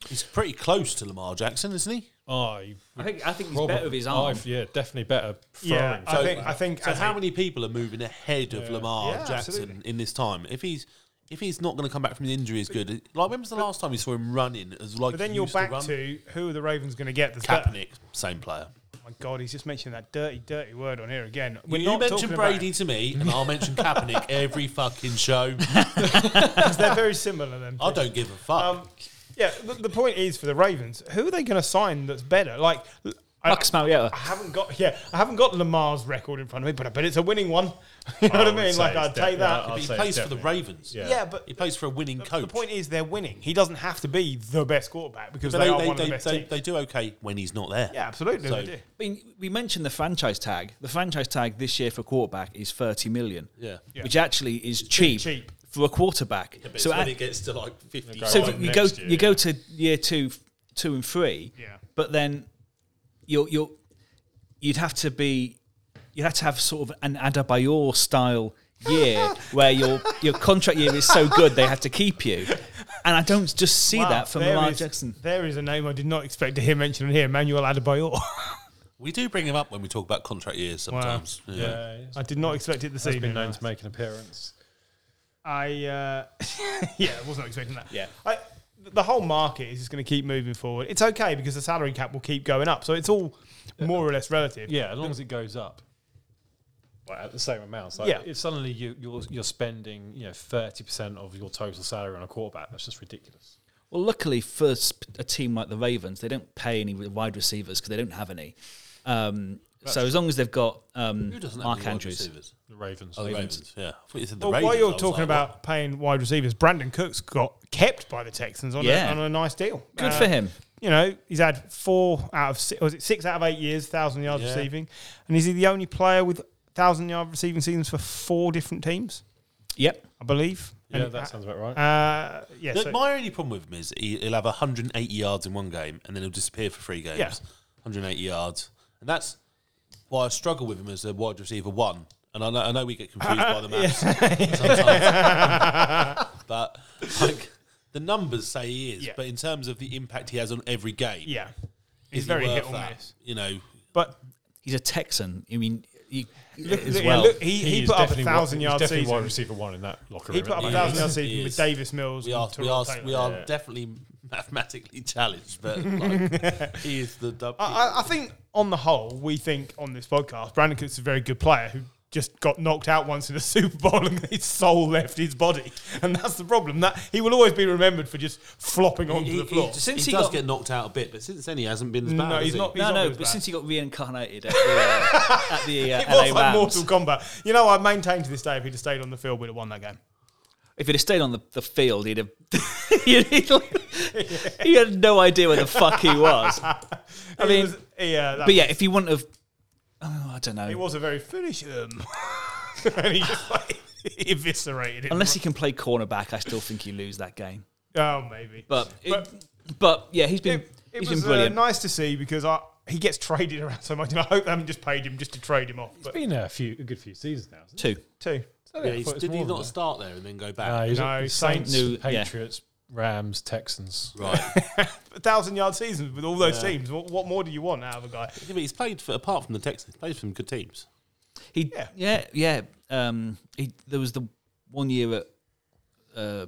S4: He's pretty close to Lamar Jackson, isn't he?
S2: I
S1: I think I think he's
S2: Probably-
S1: better with his arm.
S2: I've- yeah, definitely better. Throwing.
S3: Yeah, I think I think
S4: So
S3: as
S4: how
S3: a-
S4: many people are moving ahead of Lamar
S3: Yeah,
S4: Jackson
S3: absolutely.
S4: in this time? If he's if he's not going to come back from the injury as good, like when was the last time you saw him running as like?
S3: But then
S4: he
S3: you're
S4: used to
S3: back
S4: run?
S3: to who are the Ravens going to get? That's better?
S4: Kaepernick, same player.
S3: Oh my God, he's just mentioning that dirty, dirty word on here again. We're
S4: you
S3: not
S4: mention
S3: talking about-
S4: Brady to me, and I'll mention Kaepernick every fucking show.
S3: (laughs) they're very similar. Then
S4: I don't give a fuck.
S3: Um, yeah, the, the point is for the Ravens, who are they going to sign that's better? Like, l- I,
S1: Marcus Mariota.
S3: I haven't got yeah, I haven't got Lamar's record in front of me, but I bet it's a winning one. (laughs) you know what I mean? Like, I'd take that.
S4: But he plays for the Ravens.
S3: yeah. but
S4: He plays for a winning coach.
S3: the point is they're winning. He doesn't have to be the best quarterback because
S4: But
S3: they,
S4: they,
S3: are
S4: they,
S3: one of
S4: they,
S3: the best
S4: they,
S3: teams.
S4: they do okay when he's not there.
S3: yeah, absolutely.
S4: So-
S3: they do.
S1: I mean, we mentioned the franchise tag. The franchise tag this year for quarterback is thirty million,
S4: Yeah.
S1: which actually is cheap,
S3: cheap.
S1: for a quarterback.
S4: But
S1: so
S4: it's when
S1: at-
S4: it gets to like 50.
S2: Go
S1: so
S2: on
S1: you go
S2: next year,
S1: you go
S2: yeah.
S1: to year two, two and three.
S3: Yeah.
S1: But then you'll you'll you'd have to be you'd have to have sort of an Adebayor style
S3: (laughs)
S1: year where your your contract year is so good they have to keep you. And I don't just see
S3: Wow,
S1: that from
S3: there
S1: Lamar
S3: is-
S1: Jackson.
S3: There is a name I did not expect to hear mentioned on here, Emmanuel Adebayor. (laughs)
S4: We do bring him up when we talk about contract years sometimes. Yeah.
S2: Yeah,
S3: I did not expect it this
S2: he's
S3: evening.
S2: been known to make an appearance.
S3: I uh, (laughs) yeah, I wasn't expecting that.
S1: Yeah.
S3: I, the whole market is just going to keep moving forward. It's okay because the salary cap will keep going up, so it's all more or less relative.
S2: Yeah, as long as it goes up like, at the same amount. Like,
S3: Yeah.
S2: If suddenly you, you're you're spending you know thirty percent of your total salary on a quarterback, that's just ridiculous.
S1: Well, luckily for sp- a team like the Ravens, they don't pay any wide receivers because they don't have any. Um, so as long as they've got um,
S4: Who doesn't
S1: Mark
S4: have any Andrews.
S1: Andrews,
S4: receivers?
S2: The Ravens.
S4: Oh, the Ravens. Yeah. I thought you said the
S3: Well,
S4: Raiders.
S3: while
S4: I
S3: you're
S4: was
S3: talking
S4: like,
S3: about
S4: what?
S3: paying wide receivers, Brandon Cooks got kept by the Texans on,
S1: Yeah.
S3: a, on a nice deal.
S1: good
S3: Uh,
S1: for him.
S3: You know, he's had four out of six, was it six out of eight years, thousand yards
S4: Yeah.
S3: receiving, and is he the only player with thousand yard receiving seasons for four different teams?
S1: Yep.
S3: I believe.
S2: Yeah,
S3: And,
S2: that sounds about right.
S3: Uh, yeah,
S4: Look,
S3: so-
S4: my only problem with him is he, he'll have 180 yards in one game and then he'll disappear for three games.
S3: Yeah.
S4: 180 yards. And that's why I struggle with him as a wide receiver one. And I know, I know we get confused by
S3: (laughs)
S4: the maths sometimes. (laughs) but like the numbers say he is.
S3: Yeah.
S4: But in terms of the impact he has on every game,
S3: yeah,
S4: is
S3: he's
S4: he
S3: very hit
S4: worth
S3: or
S4: that?
S3: miss.
S4: You know,
S3: But
S1: He's a Texan. I mean, he, as
S3: Look, yeah,
S1: well.
S3: look, he, he,
S2: is
S3: put up a
S2: definitely
S3: thousand
S2: wa- he's
S3: yard
S2: definitely wide
S3: season.
S2: receiver one in that locker room.
S3: He put up
S2: isn't
S3: a
S4: He
S3: thousand
S4: is.
S3: yard
S4: He
S3: season with
S4: is.
S3: Davis Mills.
S4: we
S3: and
S4: are we
S3: Terrell
S4: are
S3: Taylor.
S4: we are definitely (laughs) mathematically challenged,
S3: (laughs)
S4: but like, he is the dub-
S3: I, I- I think on the whole, we think on this podcast, Brandon Cooks is a very good player who just got knocked out once in a (laughs) Super Bowl and his soul left his body, and that's the problem. That he will always be remembered for just flopping onto the floor.
S4: since
S1: Since
S4: he,
S1: he
S4: does
S1: got-
S4: get knocked out a bit, but since then he hasn't been as bad.
S3: No,
S4: has
S3: he's
S4: he?
S3: not-
S1: no,
S3: not
S1: no,
S3: as
S1: but
S3: bad.
S1: since he got reincarnated at the, uh,
S3: (laughs)
S1: at the uh,
S3: it
S1: LA
S3: was like
S1: Rams,
S3: Mortal Kombat. You know, I maintain to this day, if he'd have stayed on the field, we'd have won that game.
S1: if he'd have stayed on the, the field, he'd have (laughs) he'd, he'd, he had no idea where the fuck he
S3: (laughs)
S1: was. I
S3: It
S1: mean,
S3: was- yeah, that
S1: but yeah, if he wouldn't have, oh, I don't know.
S3: It was a very finish him. (laughs) and he just like (laughs) eviscerated it.
S1: Unless he can play cornerback, I still think you lose that game.
S3: oh, maybe.
S1: But it,
S3: But-
S1: but, yeah, he's been
S3: it, it
S1: he's
S3: was
S1: been
S3: uh,
S1: brilliant.
S3: nice to see because I, he gets traded around so much, (laughs) and I hope they haven't just paid him just to trade him off. But
S2: Been a few, a good few seasons now. Hasn't it?
S1: Two.
S3: two,
S4: Yeah, he's- did he not start there and then go back?
S2: No, he's
S3: No,
S2: at Saints,
S3: Saints,
S1: New- yeah.
S2: Patriots, Rams, Texans.
S4: Right.
S3: (laughs)
S4: yeah,
S3: a thousand yard seasons with all those teams. What, what more do you want out of a guy?
S4: but he's played for apart from the Texans, he's played for some good teams.
S1: He
S3: Yeah.
S1: yeah yeah. Um, he there was the one year at uh,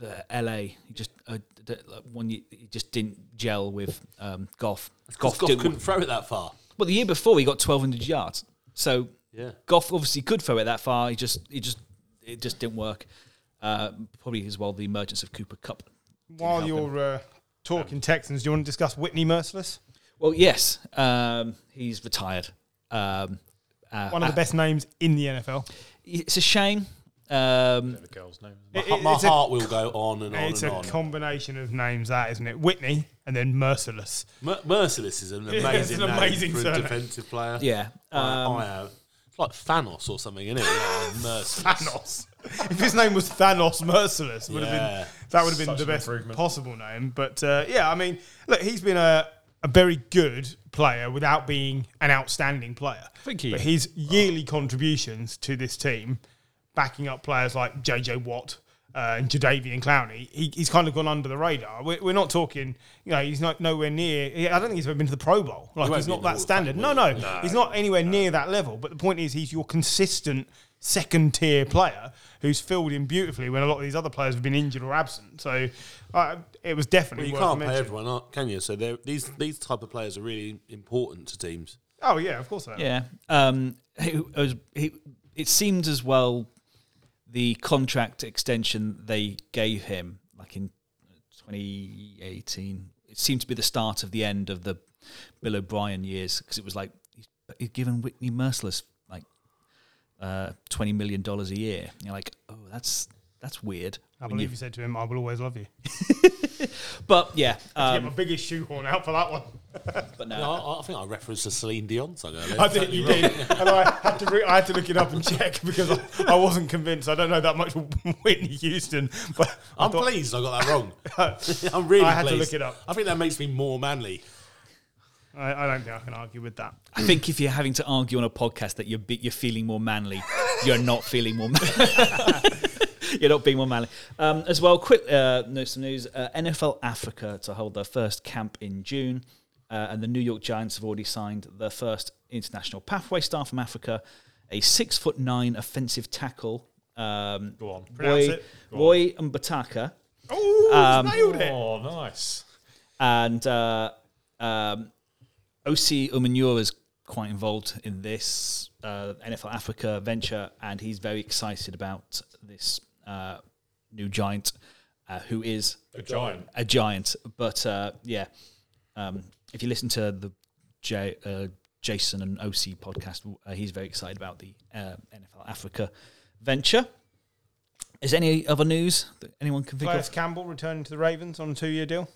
S1: the LA. He just uh, d- like one year he just didn't gel with um, Goff.
S4: Goff,
S1: Goff,
S4: Goff
S1: didn't.
S4: couldn't throw it that far.
S1: Well, the year before he got twelve hundred yards. So
S4: Yeah.
S1: Goff obviously could throw it that far. He just he just it just didn't work. Uh, probably as well the emergence of Cooper Cup.
S3: While you're uh, talking Texans, do you want to discuss Whitney Merciless?
S1: Well, yes, um, he's retired. Um, uh,
S3: One of the
S1: uh,
S3: best names in the NFL.
S1: It's a shame. Um,
S2: The girl's name.
S4: My,
S3: It-
S4: he- my
S3: it's a-
S4: heart will go on and on
S3: It's
S4: and
S3: a
S4: on.
S3: combination of names, that isn't it? Whitney and
S4: (laughs)
S3: then Merciless.
S4: Mer- Merciless
S3: (laughs)
S4: is an amazing,
S3: it's an
S4: name
S3: amazing
S4: for a
S3: surname.
S4: defensive player.
S1: yeah.
S4: I,
S1: Um,
S4: I have. It's like Thanos or something,
S3: (laughs)
S4: isn't it? Like, merciless.
S3: Thanos. if his name was Thanos Merciless, would
S4: Yeah.
S3: have been that would have been
S2: Such
S3: the
S2: an
S3: best
S2: improvement.
S3: possible name. But uh, yeah, I mean, look, he's been a, a very good player without being an outstanding player.
S2: think he-
S3: but his
S4: Oh.
S3: yearly contributions to this team, backing up players like JJ Watt. Uh, and Jadavian Clowney, he, he's kind of gone under the radar. We're, we're not talking, you know, he's not nowhere near. I don't think he's ever been to the Pro Bowl. Like
S4: won't
S3: he's
S4: be
S3: not
S4: in the Hall
S3: that
S4: of
S3: standard.
S4: Fame,
S3: No,
S4: will
S3: no,
S4: he? No.
S3: he's not anywhere near that level. But the point is, he's your consistent second tier player who's filled in beautifully when a lot of these other players have been injured or absent. So uh, it was
S4: But
S3: definitely
S4: you
S3: worth
S4: can't pay
S3: mentioning.
S4: everyone, are- can you? So they're- these these type of players are really important to teams.
S3: Oh yeah, of course. They are.
S1: Yeah. Um, he, as- he, it seemed as well the contract extension they gave him, like in 2018, it seemed to be the start of the end of the Bill O'Brien years because it was like he's, he's given Whitney Merciless like uh, $20 million a year. And you're like, oh, that's That's weird.
S3: I
S1: when you-
S3: believe you said to him, "I will always love you."
S1: But yeah,
S3: Get
S1: um,
S3: my biggest shoehorn out for that one.
S1: but
S4: Yeah,
S1: no,
S4: I, I think I referenced a Celine Dion song (laughs) earlier.
S3: I think you did, and I had to re- I had to look it up and check because I, I wasn't convinced. I don't know that much (laughs) Whitney Houston, but I
S4: I'm
S3: thought-
S4: pleased I got that wrong. (laughs) I'm really
S3: I had to
S4: pleased.
S3: look it up.
S4: I think that makes me more manly.
S3: I, I don't think I can argue with that.
S1: I think if you're having to argue on a podcast that you're be- you're feeling more manly, you're not feeling more. Man- (laughs) you're not being more manly. Um, as well, quick uh, no, some news: uh, NFL Africa to hold their first camp in June, uh, and the New York Giants have already signed their first international pathway star from Africa, a six foot nine offensive tackle. Um,
S2: Go on.
S3: Pronounce
S1: Roy,
S3: it.
S1: Roy Mbataka.
S3: Oh,
S1: Um,
S3: nailed it!
S2: Oh, nice.
S1: and uh, um, OC Umanura is quite involved in this uh, NFL Africa venture, and he's very excited about this uh, new giant, uh, who is
S2: A giant.
S1: a giant. But uh, yeah, um, if you listen to the J, uh, Jason and OC podcast, uh, he's very excited about the uh, NFL Africa venture. Is there any other news that anyone can think
S3: Clive
S1: of?
S3: Campbell returning to the Ravens on a two-year deal.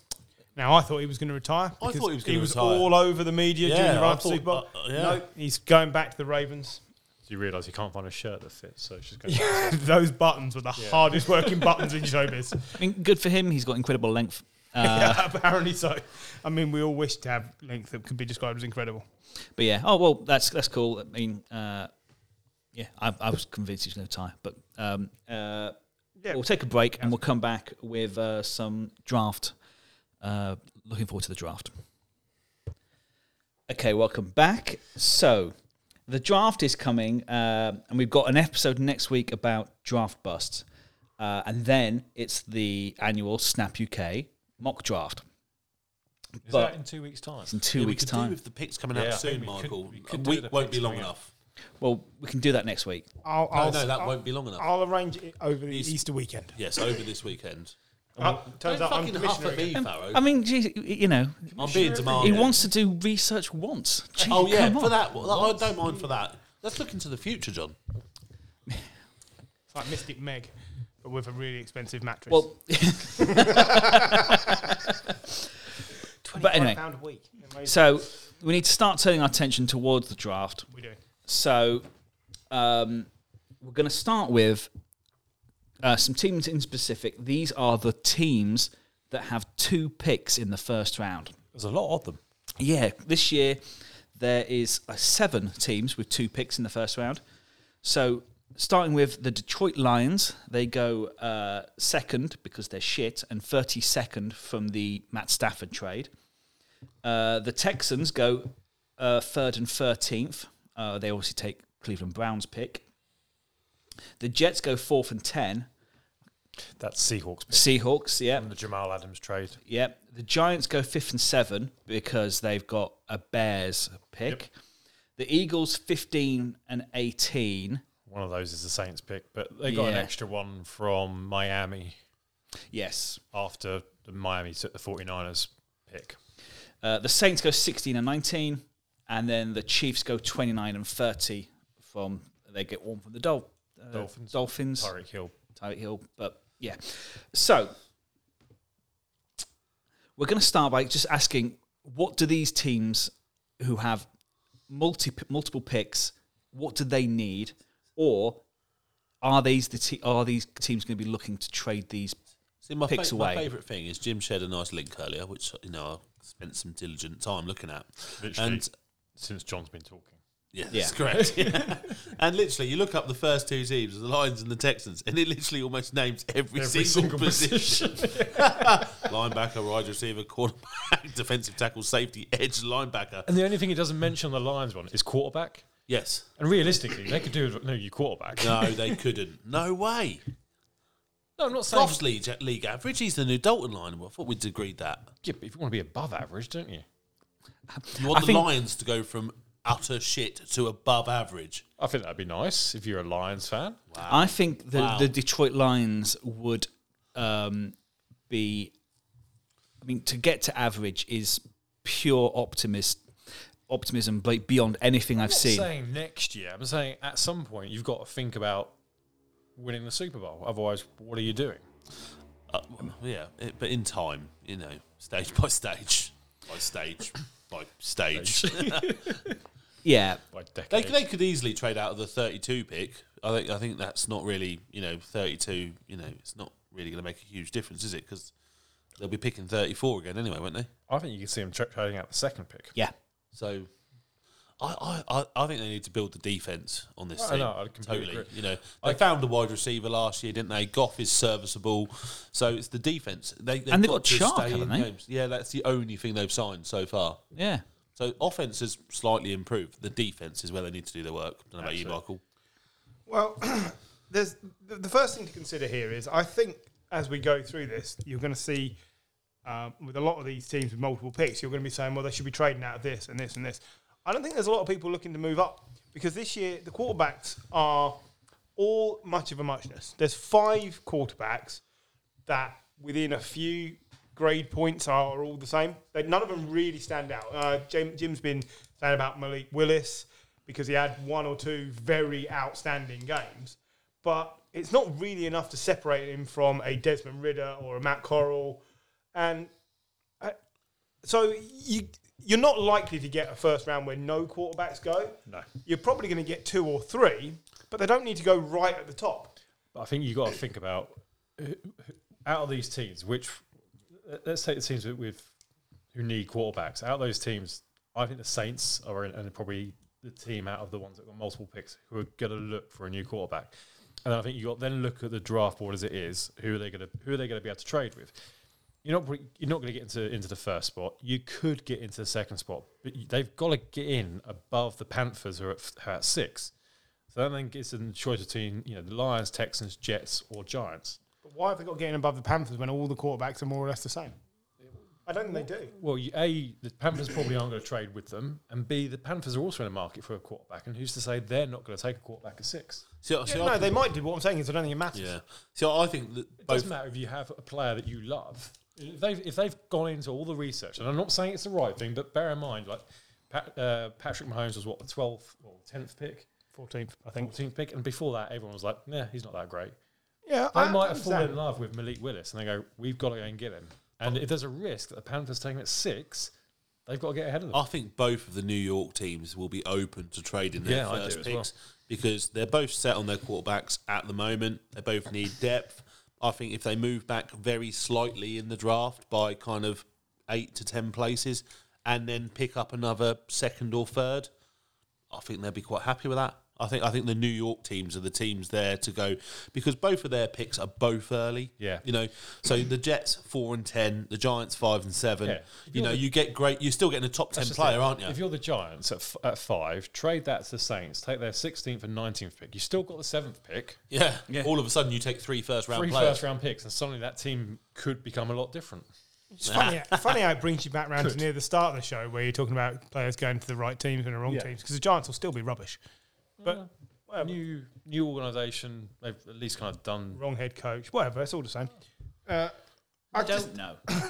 S3: Now I thought he was going to retire.
S4: I
S3: because
S4: thought he was gonna retire.
S3: all over the media
S4: Yeah,
S3: during the
S4: I
S3: run up to
S4: thought-
S3: Super Bowl.
S4: uh, uh, yeah.
S3: No, he's going back to the Ravens. (laughs)
S2: Do you realise you can't find a shirt that fits? So she's going.
S3: Those buttons were the hardest (laughs) working buttons in showbiz.
S1: I mean, good for him. He's got incredible length. Uh,
S4: Uh.
S3: (laughs) Apparently so. I mean, we all wish to have length that could be described as incredible.
S1: But yeah, oh well, that's that's cool. I mean, uh, yeah, I, I was convinced he was going to tie, but um, uh,
S3: Yeah.
S1: we'll take a break and we'll come back with uh, some draft. Uh, looking forward to the draft. Okay, welcome back. So the draft is coming, um and we've got an episode next week about draft busts, uh, and then it's the annual Snap UK mock draft
S2: Is
S1: But-
S2: that in two weeks' time?
S1: in two
S4: Yeah,
S1: weeks'
S4: we could
S1: time.
S4: do with the picks coming
S2: Yeah, I
S4: out
S2: think
S4: soon,
S2: we could-
S4: Michael.
S2: we
S4: We
S2: could do the
S4: won't
S2: picks
S4: be long
S2: coming
S4: enough.
S1: well, we can do that next week.
S3: I'll,
S4: No,
S3: I'll,
S4: no, that
S3: I'll,
S4: won't be long enough.
S3: I'll arrange it over the
S4: East-
S3: Easter weekend.
S4: Yes, over this weekend.
S3: Uh, turns
S4: Don't
S3: out I'm
S4: fucking huff
S3: commissioner.
S4: at me,
S3: again.
S4: Farrow.
S1: I mean, geez, you know,
S4: I'm being
S1: He
S4: demanding.
S1: wants to do research once. Gee,
S4: Oh yeah,
S1: come
S4: for
S1: on.
S4: that. Well, I don't mind for that. Let's look into the future, John.
S3: It's like Mystic Meg, but with a really expensive mattress.
S1: Well, (laughs) but anyway,
S3: pound a week. Amazing.
S1: so we need to start turning our attention towards the draft.
S3: we do.
S1: So um, we're going to start with uh, some teams in specific. These are the teams that have two picks in the first round.
S4: There's a lot of them.
S1: Yeah, this year there is uh, seven teams with two picks in the first round. So starting with the Detroit Lions, they go uh, second because they're shit and 32nd from the Matt Stafford trade. Uh, the Texans go uh, third and 13th. Uh, they obviously take Cleveland Browns pick. The Jets go fourth and 10.
S2: That's Seahawks pick
S1: Seahawks, yeah.
S2: from the Jamal Adams trade.
S1: Yep. The Giants go fifth and seven because they've got a Bears pick. The Eagles fifteen and eighteen.
S2: One of those is the Saints pick, but they got an
S1: Yeah.
S2: extra one from Miami
S1: Yes.
S2: after the Miami took the 49ers pick.
S1: Uh, the Saints go sixteen and nineteen, and then the Chiefs go twenty nine and thirty. From they get one from the Dol- uh,
S2: Dolphins.
S1: Dolphins.
S2: Tyreek Hill.
S1: Tyreek Hill. But yeah. So we're going to start by just asking what do these teams who have multi, multiple picks, what do they need? Or are these the te- are these teams going to be looking to trade these?
S4: See, my,
S1: Picks
S4: fa- my
S1: away.
S4: favourite thing is Jim shared a nice link earlier, which you know I spent some diligent time looking at.
S2: Literally.
S4: And
S2: Since John's been talking,
S4: yeah,
S1: Yeah.
S4: that's (laughs) correct. Yeah. and literally, you look up the first two teams, the Lions and the Texans, and it literally almost names every, single, position: (laughs) linebacker, wide receiver, cornerback, (laughs) defensive tackle, safety, edge, linebacker.
S2: and the only thing it doesn't mention on the Lions one is quarterback.
S4: Yes.
S2: And realistically, they could do with no, you quarterback.
S4: No, they couldn't. No way.
S2: No, I'm not saying.
S4: Goff's league, league average. He's the new Dalton line. I thought we'd agreed that.
S2: Yeah, but if you want to be above average, don't you?
S4: You want
S1: I
S4: the
S1: think-
S4: Lions to go from utter shit to above average.
S2: I think that'd be nice if you're a Lions fan.
S1: I think the, the Detroit Lions would um, be. I mean, to get to average is pure optimist optimism, but beyond anything I've
S2: I'm not
S1: seen.
S2: saying next year. I'm saying at some point you've got to think about winning the Super Bowl. Otherwise, what are you doing?
S4: Uh, yeah, it, but in time, you know, stage by stage, by stage, by stage.
S1: Yeah,
S2: By
S4: They,
S2: decades.
S4: they could easily trade out of the 32 pick. I think I think that's not really you know 32. You know, it's not really going to make a huge difference, is it? Because they'll be picking 34 again anyway, won't they?
S2: I think you can see them tra- trading out the second pick.
S1: yeah.
S4: So. I, I, I- I think they need to build the defense on this
S2: Well,
S4: team.
S2: no, I completely
S4: totally.
S2: agree.
S4: You know, they found a wide receiver last year, didn't they? Goff is serviceable, so it's the defense. They
S1: And they've got
S4: to
S1: Chark,
S4: stay in
S1: haven't they?
S4: games. Yeah, that's the only thing they've signed so far.
S1: Yeah.
S4: So offense has slightly improved. The defense is where they need to do their work. don't know about you, Michael.
S3: Well, (clears throat) there's the, the first thing to consider here is I think as we go through this, you're going to see um, with a lot of these teams with multiple picks, you're going to be saying, well, they should be trading out of this and this and this. I don't think there's a lot of people looking to move up because this year the quarterbacks are all much of a muchness. There's five quarterbacks that within a few grade points are all the same. They, none of them really stand out. Uh, Jim, Jim's been saying about Malik Willis because he had one or two very outstanding games, but it's not really enough to separate him from a Desmond Ritter or a Matt Corral. And uh, so you you're not likely to get a first round where no quarterbacks go.
S2: No.
S3: You're probably going to get two or three, but they don't need to go right at the top.
S2: But I think you got to think about who- who- out of these teams, which let's take the teams with, with who need quarterbacks. Out of those teams, I think the Saints are in, and probably the team out of the ones that got multiple picks who are going to look for a new quarterback. And I think you got then look at the draft board as it is. Who are they going to who are they going to be able to trade with? You're not pre- you're not going to get into into the first spot. You could get into the second spot, but you, they've got to get in above the Panthers who are at, f- who are at six. So then I think it's a choice between you know the Lions, Texans, Jets, or Giants.
S3: But why have they got getting above the Panthers when all the quarterbacks are more or less the same? I don't think they do.
S2: Well, you, a the Panthers probably aren't going to trade with them, and b the Panthers are also in the market for a quarterback. And who's to say they're not going to take a quarterback at six?
S4: See, see,
S3: Yeah,
S4: I
S3: no,
S4: think-
S3: they might do. What I'm saying is, I don't think it matters.
S4: Yeah. See, I think that
S2: It
S4: both
S2: doesn't matter if you have a player that you love. If they've if they've gone into all the research, and I'm not saying it's the right thing, but bear in mind, like Pat, uh, Patrick Mahomes was what the 12th or 10th pick,
S3: 14th,
S2: I think 14th pick, and before that everyone was like, nah, he's not that great.
S3: Yeah,
S2: They might have fallen
S3: understand.
S2: in love with Malik Willis and they go, we've got to go and get him. And if there's a risk that the Panthers take him at six, they've got to get ahead of them.
S4: I think both of the New York teams will be open to trading their
S2: Yeah, I do
S4: first
S2: as
S4: picks
S2: well.
S4: because they're both set on their quarterbacks at the moment. They both need depth. I think if they move back very slightly in the draft by kind of eight to ten places and then pick up another second or third, I think they'll be quite happy with that. I think I think the New York teams are the teams there to go because both of their picks are both early.
S2: Yeah.
S4: You know, so the Jets four and ten, the Giants five and seven.
S2: Yeah.
S4: You know, uh, you get great you're still getting a top ten
S2: That's just
S4: player,
S2: it.
S4: aren't you?
S2: If you're the Giants at, f- at five, trade that to the Saints, take their 16th and 19th pick. You've still got the seventh pick,
S4: Yeah. All of a sudden, you take three first round
S2: three
S4: players.
S2: first round picks, and suddenly that team could become a lot different.
S3: It's funny, funny how it brings you back round to near the start of the show where you're talking about players going to the right teams and the wrong
S2: Yeah.
S3: teams because the Giants will still be rubbish. But whatever,
S2: New new organisation, they've at least kind of done.
S3: wrong head coach, whatever, it's all the same. Uh, I just,
S1: Don't
S4: (coughs)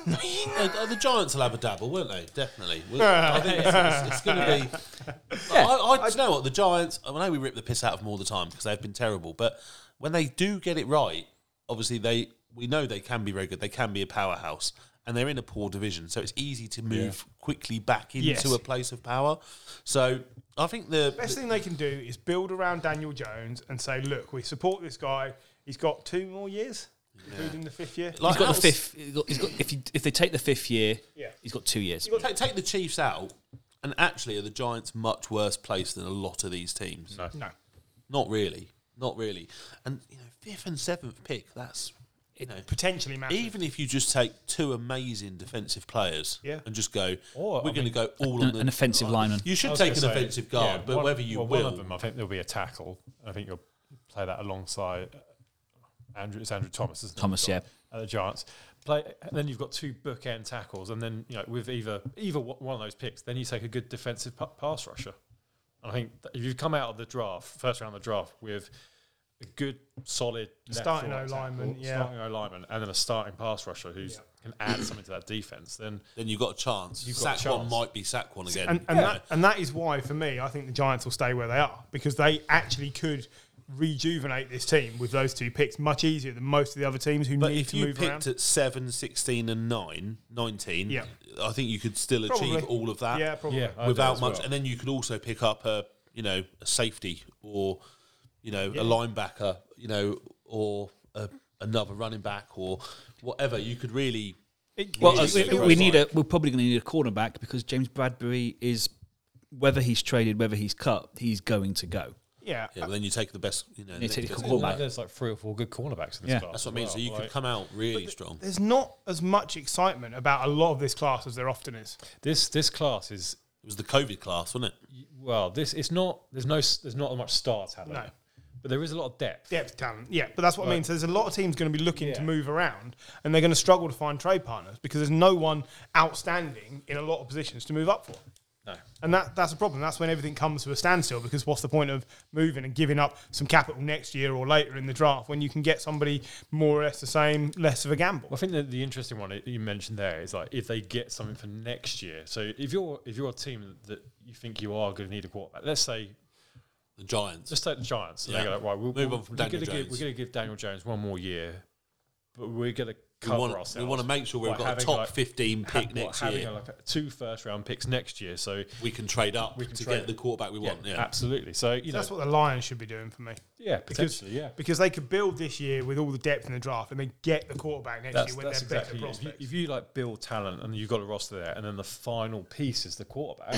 S1: know.
S4: (laughs) Uh, uh, the Giants will have a dabble, won't they? Definitely.
S2: (laughs)
S4: Well, I think it's, it's, going to be. I, I, do you know what the Giants. I know we rip the piss out of them all the time because they've been terrible, but when they do get it right, obviously they we know they can be very good. They can be a powerhouse, and they're in a poor division, so it's easy to move quickly back into
S3: Yes.
S4: a place of power. So I think the,
S3: best thing they can do is build around Daniel Jones and say, look, we support this guy. He's got two more years, including the fifth year.
S1: He's got
S4: like
S1: the
S4: Al's-
S1: fifth. He's got, he's got, if, you, if they take the fifth year,
S3: Yeah.
S1: he's got two years.
S4: Ta- Take, the Chiefs out, and actually are the Giants much worse placed than a lot of these teams?
S3: no.
S4: Not really. Not really. And you know, fifth and seventh pick, that's you know
S3: Potentially matters.
S4: even if you just take two amazing defensive players
S3: Yeah.
S4: and just go
S2: Or,
S4: we're
S2: I
S4: gonna go all on
S1: An,
S4: the
S1: an offensive lineman.
S4: You should
S2: was
S4: take an
S2: gonna say,
S4: offensive guard,
S2: yeah,
S4: but
S2: one-
S4: whether you
S2: well,
S4: will
S2: one of them, I think there'll be a tackle. I think you'll play that alongside uh, Andrew. It's Andrew Thomas, isn't it?
S1: Thomas,
S2: You've got At the Giants, play, and then you've got two bookend tackles, and then you know with either either one one of those picks, then you take a good defensive pa- pass rusher. And I think that if you come out of the draft, first round of the draft, with a good, solid left
S3: Starting
S2: right
S3: O-lineman,
S2: tackle,
S3: yeah.
S2: starting O lineman, and then a starting pass rusher who can add something to that defense, then
S4: then you've got a chance.
S2: You've
S4: Sack
S2: got a
S4: one
S2: chance.
S4: might be sack one again.
S3: and,
S4: you
S3: and,
S4: know.
S3: that, and that is why, for me, I think the Giants will stay where they are because they actually could rejuvenate this team with those two picks much easier than most of the other teams who
S4: But
S3: need
S4: if
S3: to
S4: you
S3: move
S4: picked
S3: around.
S4: at 7, 16 and 9, 19,
S3: Yeah.
S4: I think you could still
S3: Probably.
S4: achieve all of that
S3: yeah, probably.
S2: Yeah, I do
S4: without
S2: as
S4: much.
S2: well.
S4: And then you could also pick up a, you know, a safety or, you know, a linebacker, you know, or a, another running back or whatever. You could really.
S1: Well,
S4: Yes.
S1: uh, we,
S4: Feels
S1: we need a. We're probably going to need a cornerback because James Bradbury is, whether he's traded, whether he's cut, he's going to go.
S3: Yeah. Uh,
S4: Yeah, but then you take the best, you know.
S1: You take
S4: because
S1: the cornerback.
S2: Like, there's like three or four good cornerbacks in this
S1: Yeah.
S2: class.
S4: That's what I mean.
S2: as
S4: So you
S2: well,
S4: could
S2: like-
S4: come out really strong.
S3: There's not as much excitement about a lot of this class as there often is.
S2: This this class is
S4: It was the COVID class, wasn't it?
S2: well. This it's not. There's no. s- There's not as much star talent.
S3: No.
S2: But there is a lot of depth.
S3: Depth talent, yeah, but that's what I mean. So there's a lot of teams going to be looking to
S2: Yeah.
S3: move around, and they're going to struggle to find trade partners because there's no one outstanding in a lot of positions to move up for.
S2: No.
S3: And that, that's a problem. That's when everything comes to a standstill because what's the point of moving and giving up some capital next year or later in the draft when you can get somebody more or less the same, less of a gamble?
S2: Well, I think that the interesting one that you mentioned there is like if they get something for next year. So if you're if you're a team that you think you are going to need a quarterback, let's say
S4: The Giants.
S2: let's take the Giants. And they
S4: Yeah.
S2: go like, right, we'll
S4: Move
S2: we'll-
S4: on from
S2: we're
S4: Daniel
S2: gonna give-
S4: Jones.
S2: we're going to give Daniel Jones one more year, but we're going to
S4: we
S2: cover
S4: want,
S2: ourselves.
S4: to make sure we've
S2: by
S4: got a
S2: having,
S4: top
S2: like,
S4: 15
S2: ha-
S4: pick
S2: what,
S4: next
S2: having,
S4: year.
S2: like, two first round picks next year. So
S4: we can trade up
S2: can
S4: to
S2: trade
S4: get the quarterback we want. Yeah,
S2: absolutely. So you know,
S3: that's what the Lions should be doing for me.
S2: yeah,
S3: Because,
S2: potentially, yeah.
S3: because they could build this year with all the depth in the draft and they get the quarterback next
S2: That's,
S3: year when
S2: that's
S3: they're
S2: exactly
S3: better
S2: it. if you,
S3: prospects.
S2: if you like build talent and you've got a roster there, and then the final piece is the
S3: (coughs)
S2: quarterback.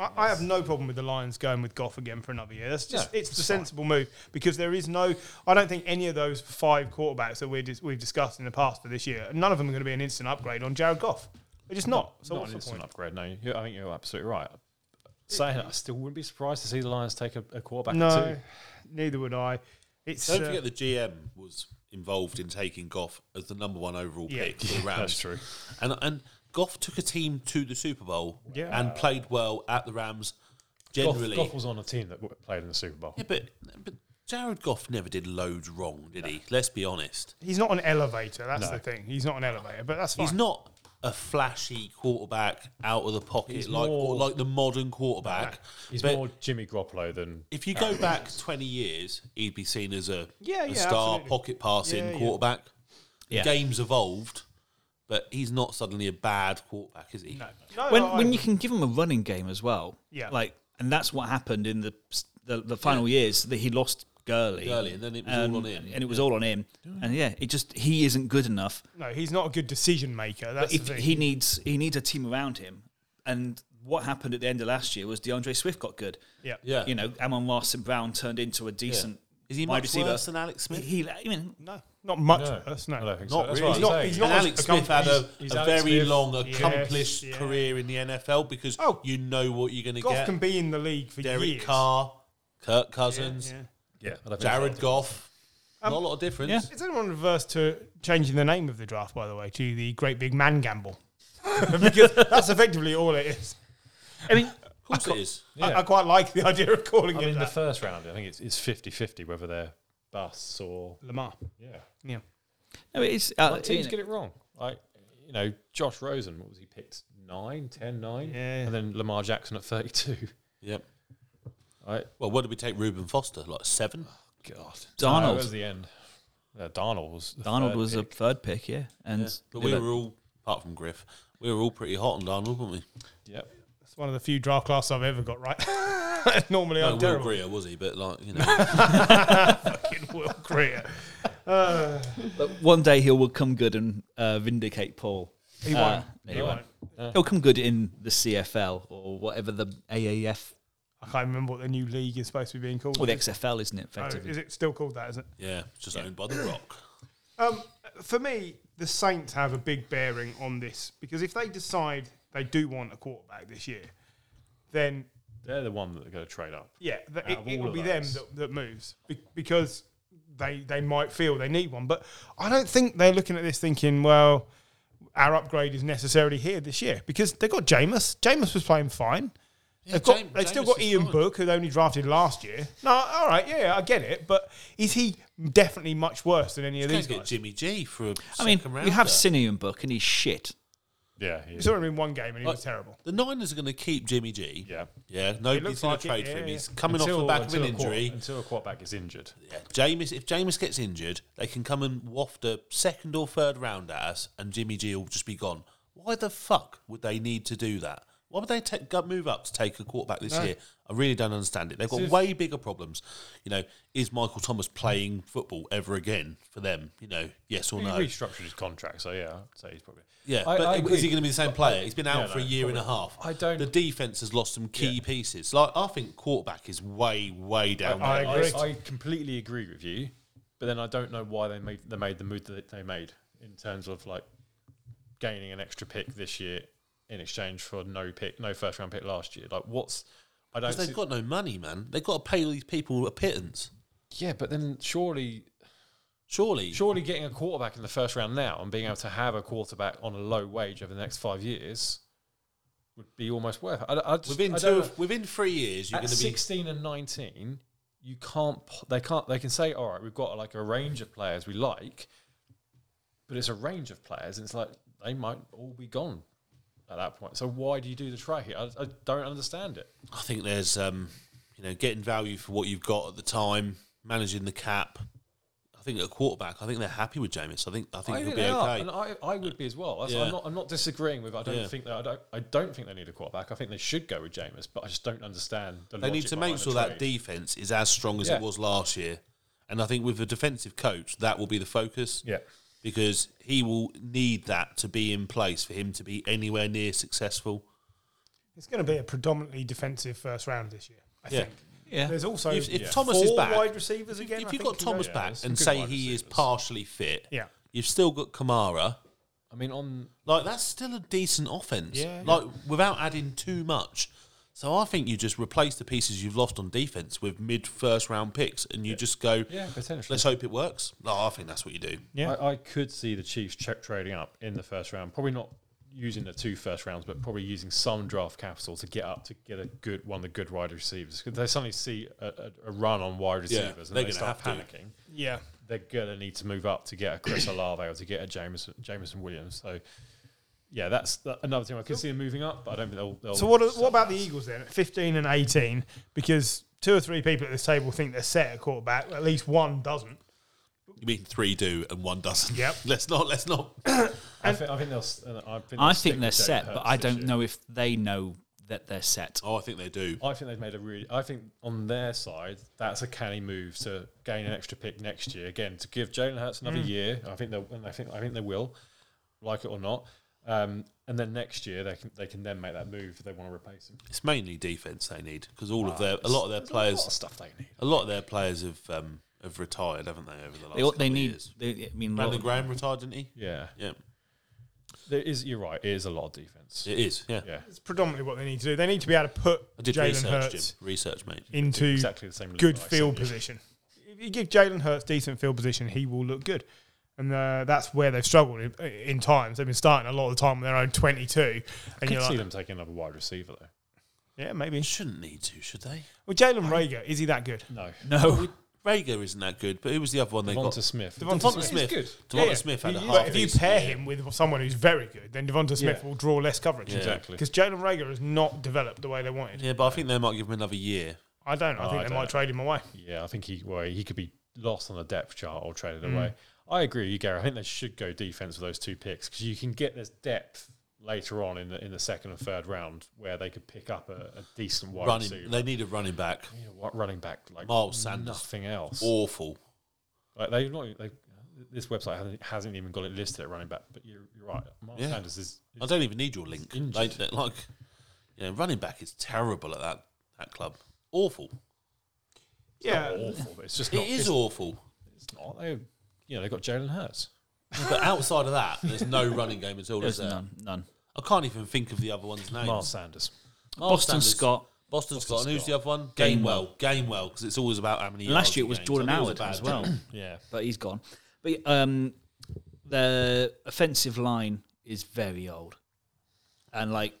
S3: I, I have no problem with the Lions going with Goff again for another year. That's just
S2: No,
S3: it's the sensible move because there is no. I don't think any of those five quarterbacks that we dis- we've discussed in the past for this year, none of them are going to be an instant upgrade on Jared Goff. They're just not. So
S2: not
S3: what's
S2: an
S3: the
S2: instant
S3: point?
S2: upgrade. No, you I think you're absolutely right. Saying that, I still wouldn't be surprised to see the Lions take a, a quarterback.
S3: No,
S2: or two.
S3: neither would I. It's
S4: Don't
S3: uh,
S4: forget the GM was involved in taking Goff as the number one overall
S3: Yeah.
S4: pick for the Rams.
S2: that's true.
S4: And and Goff took a team to the Super Bowl
S3: Yeah.
S4: and played well at the Rams.
S2: Goff,
S4: Generally,
S2: Goff was on a team that w- played in the Super Bowl.
S4: yeah, but but Jared Goff never did loads wrong, did he? Let's be honest.
S3: he's not an elevator. That's
S2: No.
S3: the thing. He's not an elevator, but that's fine.
S4: He's not a flashy quarterback out of the pocket
S2: He's
S4: like
S2: more-
S4: like the modern quarterback.
S2: He's
S4: But-
S2: more Jimmy Garoppolo than
S4: If you go back 20 years, he'd be seen as a,
S3: Yeah,
S4: a
S3: yeah,
S4: star
S3: absolutely.
S4: pocket passing
S3: Yeah, yeah.
S4: quarterback.
S1: Yeah.
S4: Game's evolved, but he's not suddenly a bad quarterback, is he?
S3: no, no,
S1: when
S3: Oh, I-
S1: when you can give him a running game as well.
S3: Yeah.
S1: Like, and that's what happened in the the, the final years that he lost Gurley.
S4: Gurley, and then it was
S1: Um,
S4: all on him.
S1: And it was all on him. And yeah, it just he isn't good enough.
S3: no, he's not a good decision maker. That's
S1: If
S3: the thing.
S1: he needs he needs a team around him. And what happened at the end of last year was DeAndre Swift got good.
S3: yeah.
S4: yeah.
S1: You know, Amon Larson Brown turned into a
S4: Yeah.
S1: decent
S4: Is he
S1: wide
S4: much
S1: receiver.
S4: worse than Alex Smith?
S1: He, I mean,
S3: no, not much
S2: no,
S3: worse.
S2: I
S3: No,
S2: don't think so.
S4: Not
S2: That's
S4: really.
S2: what
S4: He's
S2: I'm
S4: not-
S2: saying.
S3: he's
S4: and
S3: not-
S4: Alex Smith had a,
S2: he's- he's
S4: a
S2: Alex
S4: very
S2: Smith.
S4: long,
S3: Yes,
S4: accomplished
S3: yeah.
S4: career in the NFL because
S3: Oh.
S4: you know what you're going to
S3: Goff
S4: get.
S3: can be in the league for
S4: Derek
S3: years.
S4: Carr, Kirk Cousins,
S3: Yeah. Um,
S2: yeah, I don't think so.
S4: Jared Goff. not a lot of difference.
S1: yeah.
S3: Is anyone averse to changing the name of the draft, by the way, to the Great Big Man Gamble? (laughs) because that's effectively all it is.
S1: I mean,
S4: Of course it is.
S3: I,
S2: Yeah.
S3: I quite like the idea of calling
S2: I
S3: it
S2: mean, the
S3: that.
S2: first round, I think it's, it's 50-50 whether they're busts or
S3: Lamar.
S2: yeah.
S3: Yeah.
S1: no, it's uh,
S2: Like, teams
S1: you know,
S2: get it wrong. Like you know, Josh Rosen, what was he picked? Nine, ten, nine,
S3: Yeah.
S2: and then Lamar Jackson at thirty-two.
S4: Yep.
S2: Right,
S4: Well, what did we take Ruben Foster? Like seven?
S2: God,
S1: Darnold.
S2: that was the end. Yeah, Darnold was. the
S1: Donald
S2: third
S1: was
S2: pick.
S1: a third pick, yeah, and
S4: But we were all, apart from Griff, we were all pretty hot on Darnold, weren't we?
S2: Yep.
S3: It's one of the few draft classes I've ever got right. (laughs) Normally
S4: No,
S3: I'm
S4: Will
S3: terrible.
S4: Greer, was he? But like, you
S3: (laughs)
S4: know,
S3: Fucking (laughs) Will Greer.
S1: but one day he will come good and uh, vindicate Paul.
S3: He
S1: Uh,
S3: won't.
S1: no,
S3: he won't.
S1: He'll come good in the CFL or whatever the AAF
S3: I can't remember what the new league is supposed to be being called.
S1: or the XFL, isn't it?
S3: Oh,
S1: Effectively,
S3: is it still called that, is it?
S4: yeah, it's just owned by The Rock.
S3: Um, for me, the Saints have a big bearing on this because if they decide they do want a quarterback this year, then
S2: They're the one that are going to trade up.
S3: Yeah, th
S2: Out
S3: it,
S2: of
S3: it
S2: all
S3: will
S2: of
S3: be
S2: those.
S3: them that, that moves be- because they they might feel they need one. But I don't think they're looking at this thinking, well, our upgrade is necessarily here this year because they've got Jameis. Jameis was playing fine. they've got,
S4: Jame-
S3: they've still
S4: Jameis
S3: got
S4: is
S3: Ian
S4: fine.
S3: Book, who they only drafted last year. No, all right, yeah, I get it. But is he definitely much worse than any of
S4: Let's
S3: these
S4: get
S3: guys?
S4: Jimmy G for a
S1: I mean,
S4: second round.
S1: you have Sinew and Book, and he's shit.
S2: Yeah, he
S3: We
S2: is.
S3: saw him in one game and he
S4: Like-
S3: was terrible.
S4: The Niners are going to keep Jimmy G.
S2: yeah.
S4: Yeah, nobody's
S3: looks
S4: going
S3: like
S4: to
S3: it,
S4: trade for
S3: yeah,
S4: him.
S3: yeah.
S4: He's coming off the back of an
S2: a quarter-
S4: injury.
S2: until a quarterback is injured.
S4: Yeah, Jameis, if Jameis gets injured, they can come and waft a second or third round at us, and Jimmy G will just be gone. Why the fuck would they need to do that? Why would they take, go- move up to take a quarterback this year? I really don't understand it. They've got way bigger problems. You know, is Michael Thomas playing football ever again for them? You know, yes or
S2: He
S4: no?
S2: restructured his contract, so yeah, I'd say he's probably.
S4: Yeah,
S2: I-
S4: but
S2: I agree.
S4: is he going to be the same player? He's been out
S2: Yeah,
S4: for a
S2: no,
S4: year and a half.
S2: I don't-
S4: The defense has lost some key pieces. Like I think quarterback is way, way down.
S3: I
S4: there.
S2: I,
S3: agree.
S2: I completely agree with you, but then I don't know why they made they made the move that they made in terms of like gaining an extra pick this year in exchange for no pick, no first round pick last year. Like, what's I don't.
S4: Because
S2: see-
S4: they've got no money, man. They've got to pay all these people a pittance.
S2: yeah, but then surely,
S4: Surely,
S2: surely getting a quarterback in the first round now and being able to have a quarterback on a low wage over the next five years would be almost worth. it. I, I just,
S4: within
S2: I
S4: two,
S2: don't know.
S4: of, within three years, you're
S2: at
S4: going to be.
S2: 16 and 19 you can't p- they can't they can say all right we've got like a range of players we like but it's a range of players and it's like they might all be gone at that point so why do you do the trade I, I don't understand it
S4: I think there's, um, you know, getting value for what you've got at the time, managing the cap. I think at quarterback, I think they're happy with Jameis. I think I think he'll be
S2: they are,
S4: okay.
S2: and I, I would be as well That's-
S4: Yeah.
S2: I'm, not, I'm not disagreeing with I don't
S4: Yeah.
S2: think that I don't, I don't think they need a quarterback I think they should go with Jameis but I just don't understand the
S4: They need
S2: logic
S4: to make
S2: behind the
S4: sure that
S2: trade.
S4: defense is as strong as
S2: Yeah.
S4: it was last year, and I think with a defensive coach, that will be the focus.
S2: yeah
S4: because he will need that to be in place for him to be anywhere near successful.
S3: It's going to be a predominantly defensive first round this year. I
S4: Yeah.
S3: think.
S1: Yeah.
S3: There's also
S4: If- if
S3: yeah,
S4: Thomas
S3: four
S4: is back-
S3: wide receivers again.
S4: if
S3: I
S4: you've
S3: think
S4: got
S3: he goes-
S4: Thomas
S2: yeah,
S4: back
S2: there's some
S4: and
S2: good
S4: say
S2: wide
S4: he is
S2: receivers.
S4: partially fit,
S3: Yeah.
S4: you've still got Kamara.
S2: I mean on
S4: Like that's still a decent offense.
S2: Yeah.
S4: Like without adding too much. So I think you just replace the pieces you've lost on defense with mid first round picks, and you just go,
S2: yeah potentially
S4: let's hope it works. No, I think that's what you do.
S3: Yeah.
S2: I, I could see the Chiefs check trading up in the first round. Probably not using the two first rounds, but probably using some draft capital to get up to get a good one of the good wide receivers. 'Cause they suddenly see a, a, a run on wide
S4: Yeah,
S2: receivers and
S4: they're
S2: they
S4: gonna
S2: start
S4: have
S2: panicking.
S4: to.
S3: Yeah.
S2: They're gonna need to move up to get a Chris Olave or to get a Jameson Jameson Williams. So yeah, that's th- another thing I could see them moving up, but I don't think they'll. they'll
S3: So what? Are, what about the Eagles then? At 15 and 18, because two or three people at this table think they're set at quarterback. At least one doesn't.
S4: You mean three do and one doesn't?
S3: Yep.
S4: (laughs) let's not. Let's not. (coughs)
S2: I think, I think they'll. s- I think,
S1: I
S2: they'll stick
S1: think they're
S2: with Jalen
S1: set, but
S2: Hurts
S1: I
S2: this
S1: don't
S2: year.
S1: know if they know that they're set.
S4: Oh, I think they do.
S2: I think they've made a really. I think on their side, that's a canny move to gain an extra pick next year again to give Jalen Hurts another year. I think they'll. And I think I think they will, like it or not. Um, and then next year they can they can then make that move if they want to replace him.
S4: It's mainly defense they need because all of their a lot of their
S2: There's Ah, a lot of
S4: players
S2: stuff they need.
S4: a lot of their players have um, have retired, haven't they? Over the last
S1: They, all-
S4: couple
S1: they
S4: of
S1: need.
S4: years.
S1: They, I mean, lot
S4: Brandon
S1: of-
S4: Graham retired, didn't he?
S2: Yeah,
S4: Yeah,
S2: there is. You're right. It is a lot of defense.
S4: it is. Yeah,
S2: yeah,
S3: It's predominantly what they need to do. They need to be able to put
S4: I did
S3: Jalen
S4: research,
S3: Hurts
S4: Jim. Research, mate.
S3: into
S2: exactly the same. league
S3: good
S2: that I
S3: field
S2: said.
S3: position. If you give Jalen Hurts decent field position, he will look good. And uh, that's where they've struggled in, in times. They've been starting a lot of the time on their own 22.
S2: I
S3: And
S2: could
S3: you're
S2: see
S3: like,
S2: them taking another wide receiver though.
S3: yeah, maybe.
S4: Shouldn't need to, should they?
S3: Well, Jalen Rager, is he that good?
S2: No,
S1: No,
S4: Rager isn't that good, but who was the other one they
S2: Devonta
S4: got?
S2: Smith.
S3: Devonta
S4: Devonta
S3: Smith.
S4: Smith.
S2: He's good.
S4: Devonta
S3: Yeah.
S4: Smith had a half.
S3: But if you
S4: decent
S3: pair
S4: year.
S3: him with someone who's very good, then Devonta Smith
S2: Yeah.
S3: will draw less coverage.
S2: Exactly.
S3: Because Jalen Rager has not developed the way they wanted.
S4: yeah, but I think they might give him another year.
S3: I don't. know. I
S2: Oh,
S3: think
S2: I
S3: they
S2: don't
S3: might
S2: know.
S3: trade him away.
S2: Yeah, I think he well, he could be lost on the depth chart or traded
S3: Hmm.
S2: away. I agree with you, Gary. I think they should go defense with those two picks because you can get this depth later on in the in the second and third round where they could pick up a, a decent wide
S4: Running,
S2: receiver.
S4: they need a running back.
S2: You know, what running back like
S4: Miles Sanders.
S2: nothing else.
S4: Awful.
S2: Like they've not they, this website hasn't, hasn't even got it listed at running back. But you're, you're right, Miles
S4: Yeah.
S2: Sanders is.
S4: I don't even need your link.
S2: Injured.
S4: They, they're like, you know, running back is terrible at that that club. Awful.
S3: Yeah.
S2: awful, but it's just
S4: It
S2: not,
S4: is
S2: It's,
S4: awful.
S2: it's not. They, you know, they got Jalen Hurts.
S4: But outside of that, there's no running game at all. Is
S1: there's
S4: there?
S1: none. None.
S4: I can't even think of the other one's name.
S2: Miles Sanders.
S1: Boston
S4: Sanders.
S1: Scott.
S4: Boston, Scott. And who's
S2: Scott.
S4: the other one? Gamewell. Gamewell, because it's always about how many.
S1: And last
S4: yards
S1: year
S4: you
S1: it was
S4: gain.
S1: Jordan
S4: So it was
S1: Howard
S4: a bad
S1: as well,
S4: (clears throat)
S2: Yeah,
S1: but he's gone. But um, the offensive line is very old, and like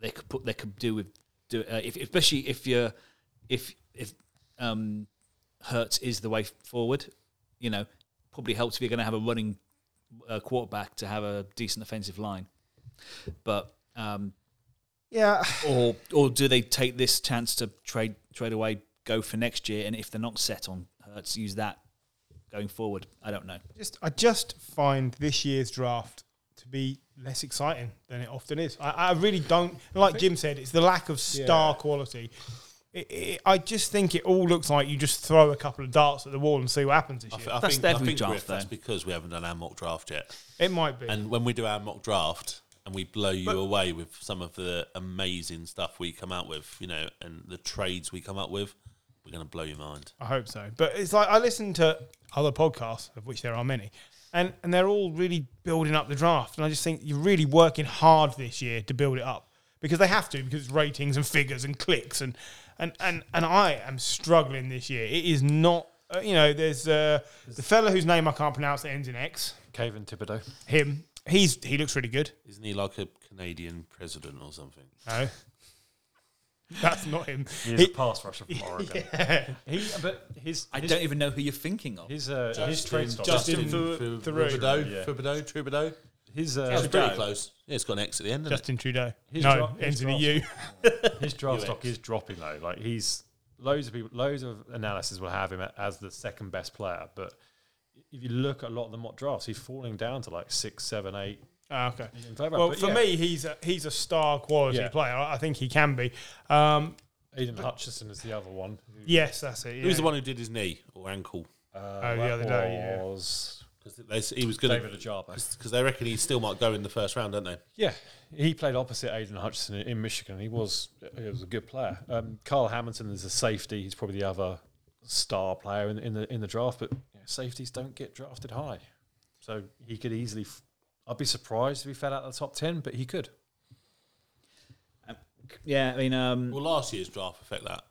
S1: they could put they could do with do uh, if, especially if you're if if um, Hertz is the way forward, you know, probably helps if you're going to have a running uh, quarterback to have a decent offensive line. But um,
S3: Yeah, (sighs)
S1: or or do they take this chance to trade trade away, go for next year, and if they're not set on Hertz, use that going forward? I don't know.
S3: just I just find this year's draft to be less exciting than it often is. I, I really don't like Jim said. It's the lack of star quality. It, it, I just think it all looks like you just throw a couple of darts at the wall and see what happens this
S4: I,
S3: year.
S4: th- I
S1: That's
S4: think,
S1: their
S4: I think
S1: draft,
S4: Griff, that's
S1: though.
S4: because we haven't done our mock draft yet.
S3: It might be.
S4: And when we do our mock draft and we blow you away with some of the amazing stuff we come out with, you know, and the trades we come up with, we're going to blow your mind.
S3: I hope so. But it's like I listen to other podcasts, of which there are many, and, and they're all really building up the draft. And I just think you're really working hard this year to build it up because they have to, because it's ratings and figures and clicks. And, and, and, and I am struggling this year. It is not, uh, you know, there's uh, the fella whose name I can't pronounce that ends in X,
S2: Cave and Thibodeau.
S3: him. He's he looks really good.
S4: Isn't he like a Canadian president or something?
S3: No, that's not him.
S2: He's a
S3: He-
S2: pass rusher from Oregon. He, but his
S1: I
S2: his,
S1: don't even know who you're thinking of.
S2: his, uh, his trade stock.
S3: Justin Thu- Thoreau.
S4: Thibodeau,
S2: Yeah.
S4: Thibodeau, Thibodeau.
S2: his
S4: It's
S2: uh,
S4: pretty close. Yeah, it's got an X at the end. Isn't it?
S3: Justin Trudeau.
S2: His
S3: no,
S2: dra- his
S3: ends in a
S2: draft-
S3: U. (laughs)
S2: his draft stock
S4: UX.
S2: is dropping though. Like he's loads of people, loads of analysis will have him a- as the second best player. But if you look at a lot of the mock drafts, he's falling down to like six, seven, eight.
S3: Ah, okay.
S2: in favour.
S3: Well,
S2: But
S3: for
S2: yeah,
S3: me, he's a, he's a star quality
S2: Yeah.
S3: player. I I think he can be. Um,
S2: Aiden Hutchison is the other one. Who,
S3: yes, that's it.
S4: Who's
S3: yeah.
S4: the one who did his knee or ankle?
S2: uh,
S3: Oh, the
S2: that
S3: other day, yeah.
S2: was
S4: Because he was going
S2: David Ajabo.
S4: because they reckon he still might go in the first round, don't they?
S2: Yeah, he played opposite Aiden Hutchinson in- in Michigan. He was he was a good player. Um, Carl Hamilton is a safety. He's probably the other star player in, in the in the draft. But you know, safeties don't get drafted high, so he could easily. F- I'd be surprised if he fell out of the top ten, but he could.
S1: Yeah, I mean, um,
S4: Will last year's draft affect that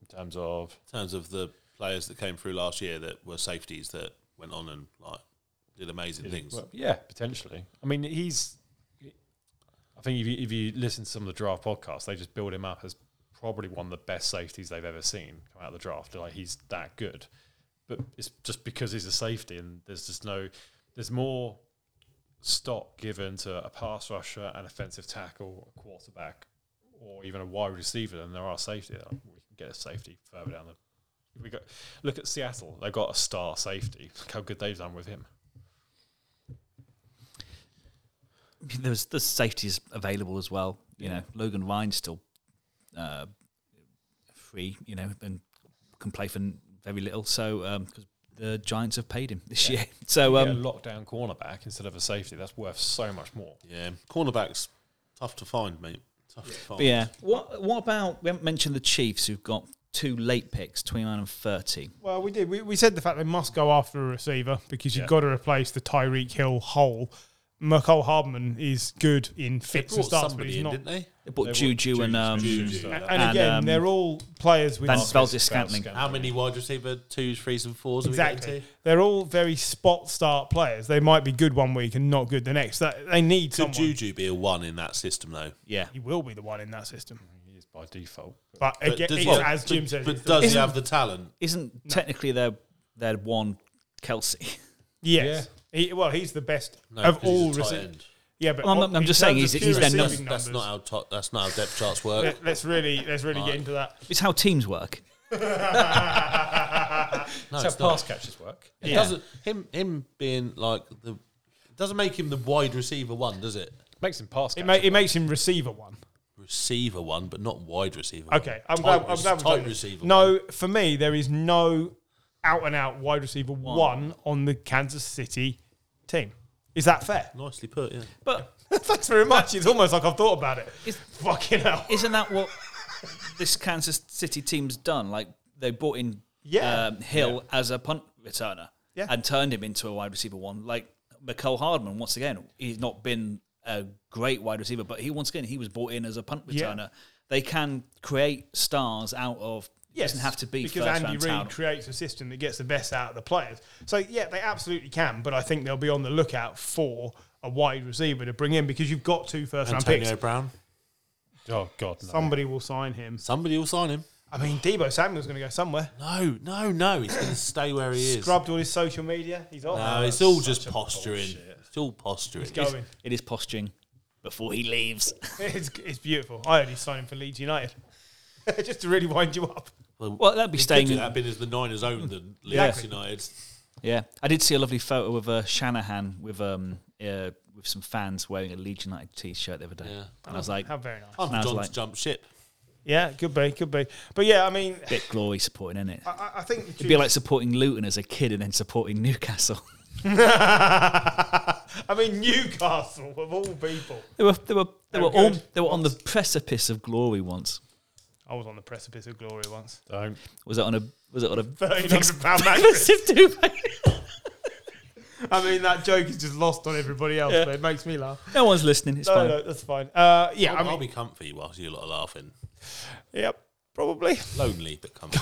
S2: In terms of
S4: in terms of the players that came through last year that were safeties that went on and like did amazing things?
S2: Well, yeah, potentially. I mean, he's. I think if you, if you listen to some of the draft podcasts, they just build him up as probably one of the best safeties they've ever seen come out of the draft. They're like he's that good, but it's just because he's a safety, and there's just no, there's more stock given to a pass rusher, an offensive tackle, a quarterback, or even a wide receiver than there are safety. Like, we can get a safety further down the. We got look at Seattle. They've got a star safety. Look how good they've done with him.
S1: (laughs) there's the safeties available as well. You know, Logan Ryan's still uh, free. You know, and can play for n- very little. So because the Giants have paid him this year, (laughs) so
S2: get
S1: um,
S2: a lockdown cornerback instead of a safety. That's worth so much more.
S4: Yeah, cornerbacks tough to find, mate. Tough to
S1: but
S4: find.
S1: yeah. What what about we haven't mentioned the Chiefs who've got two late picks, twenty nine and thirty.
S3: Well, we did. We, we said the fact they must go after a receiver because you've
S2: Yeah.
S3: got to replace the Tyreek Hill hole. Nicole Hardman is good in
S4: They
S3: fits and
S4: brought
S3: starts, but
S4: somebody
S3: he's
S4: in,
S3: not.
S4: didn't they?
S1: They bought
S2: They
S1: Juju
S2: bought
S1: and um,
S2: Juju.
S3: And,
S2: Juju.
S3: and
S1: And,
S3: again,
S1: um,
S3: they're all players with
S1: Van
S3: s-
S1: Valdis Scantling.
S4: How many wide receiver twos, threes, and fours? Are we
S3: exactly.
S4: getting
S3: They're all very spot start players. They might be good one week and not good the next. That they need
S4: to?
S3: someone.
S4: Could Juju be a one in that system though?
S1: Yeah,
S3: He will be the one in that system.
S2: He is by default.
S3: But, again,
S4: does-
S3: it's
S4: well,
S3: as Jim
S4: but,
S3: says,
S4: but
S3: it's the-
S4: does he have the talent?
S1: isn't technically their their one Kelsey? (laughs)
S3: Yes. He, well, he's the best
S4: No,
S3: of
S4: 'cause he's a
S3: all
S4: tight
S3: receivers.
S4: end.
S3: Yeah, but
S1: Well, I'm-
S3: on-
S1: I'm
S3: in
S1: just
S3: terms
S1: saying
S3: of
S1: he's-
S3: pure
S1: he's their
S3: receiving
S1: num-
S4: That's, that's not how top, that's not how depth charts work.
S3: Let, us really let's really get into that.
S1: it's how teams work.
S4: no,
S2: That's
S4: it's
S2: how pass
S4: not.
S2: catchers work.
S4: It
S1: Yeah.
S4: doesn't him him being like the it doesn't make him the wide receiver one, does it?
S2: Makes him pass
S3: It,
S2: catcher.
S3: ma- it makes him receiver one.
S4: Receiver one, but not wide receiver. one.
S3: Okay, I'm
S4: Tight
S3: glad. I'm
S4: rec-
S3: glad we've
S4: tight
S3: done this.
S4: receiver.
S3: No, for me there is no out and out wide receiver one. on the Kansas City team. Is that fair? (laughs)
S4: one. nicely put. Yeah,
S1: But
S3: Thanks very much. It's almost like I've thought about it.
S1: It's-
S3: Fucking hell.
S1: isn't that what this Kansas City team's done? Like they brought in
S3: Yeah.
S1: um, Hill as a punt returner
S3: Yeah.
S1: and turned him into a wide receiver one. Like Mikel Hardman, once again, he's not been a great wide receiver, but he once again he was brought in as a punt
S3: Yeah.
S1: returner. They can create stars out of. it
S3: Yes,
S1: doesn't have to be
S3: because
S1: first
S3: Andy
S1: round
S3: Reid
S1: talent.
S3: creates a system that gets the best out of the players. So yeah, they absolutely can, but I think they'll be on the lookout for a wide receiver to bring in because you've got two first round
S4: Antonio
S3: picks.
S4: Brown.
S2: Oh God, no.
S3: Somebody will sign him.
S4: Somebody will sign him.
S3: I mean, Debo Samuel's going to go somewhere.
S4: No, no, no. He's going to stay where he is.
S3: Scrubbed all his social media. He's off.
S4: No, it's all just posturing. It's It's all posturing.
S3: It's going.
S1: It is posturing before he
S3: (laughs)
S1: leaves.
S3: It's, it's beautiful. I only signed him for Leeds United (laughs) just to really wind
S1: (laughs)
S3: you up.
S1: Well, that'd be
S4: It
S1: staying.
S4: could
S1: in-
S4: have been as the Niners own than Leeds
S1: Exactly.
S4: United.
S1: Yeah, I did see a lovely photo of uh, Shanahan with um uh, with some fans wearing a Leeds United t-shirt the other day,
S4: Yeah.
S1: and I was like,
S3: How
S1: a
S3: very nice.
S4: Uncle
S1: Sounds
S4: John's
S1: like-
S4: jump ship.
S3: Yeah, could be, could be. But yeah, I mean,
S1: bit glory supporting, isn't it?
S3: I- I, I think
S1: It'd be like supporting Luton as a kid and then supporting Newcastle. (laughs)
S3: (laughs) I mean, Newcastle of all people.
S1: they were they were they
S3: They
S1: were
S3: were
S1: all,
S3: good
S1: they were on the precipice of glory once.
S3: I was on the precipice of glory once. (laughs)
S2: Don't.
S1: Was it on a was it on a
S3: Thirteen hundred pound (laughs) mattress.
S1: expensive duvet?
S3: I mean, that joke is just lost on everybody else, but it makes me laugh.
S1: (laughs) No one's listening. It's
S3: No,
S1: fine.
S3: no, that's fine. Uh, yeah,
S4: I'll,
S3: I
S4: I'll be
S3: mean,
S4: comfy whilst you lot are laughing.
S3: yep, probably.
S4: Lonely but comfy.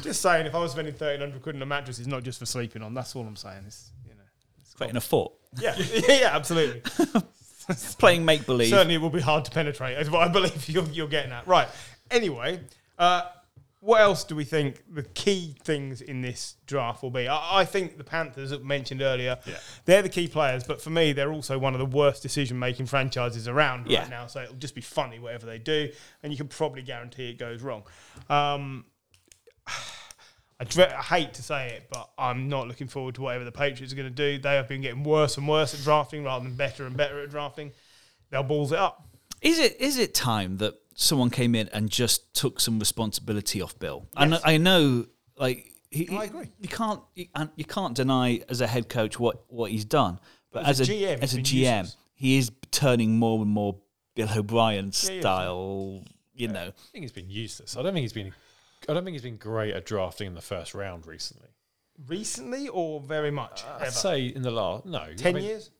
S3: Just saying, if I was spending thirteen hundred quid on a mattress, it's not just for sleeping on. That's all I'm saying. It's, you know,
S1: Creating a fort,
S3: yeah, (laughs) yeah, yeah, absolutely.
S1: playing make believe.
S3: Certainly, it will be hard to penetrate. Is what I (laughs) believe you're, you're getting at. Right. Anyway, uh, what else do we think the key things in this draft will be? I, I think the Panthers, that mentioned earlier,
S2: Yeah.
S3: they're the key players, but for me, they're also one of the worst decision-making franchises around
S1: Yeah.
S3: right now. So it'll just be funny whatever they do, and you can probably guarantee it goes wrong. Um, (sighs) I, dre- I hate to say it, but I'm not looking forward to whatever the Patriots are going to do. They have been getting worse and worse at drafting rather than better and better at drafting. They'll balls it up.
S1: Is it is it time that someone came in and just took some responsibility off Bill? I know, I know, like he,
S3: I agree.
S1: You can't you, and you can't deny as a head coach what what he's done, but as,
S3: as a
S1: a as
S3: GM, it's
S1: a
S3: been
S1: GM,
S3: useless.
S1: he is turning more and more Bill O'Brien
S3: yeah.
S1: style. You know,
S2: I think he's been useless. I don't think he's been. I don't think he's been great at drafting in the first round recently.
S3: Recently or very much? ever?
S2: I'd say in the last no Uh, I
S3: 10
S2: mean,
S3: years?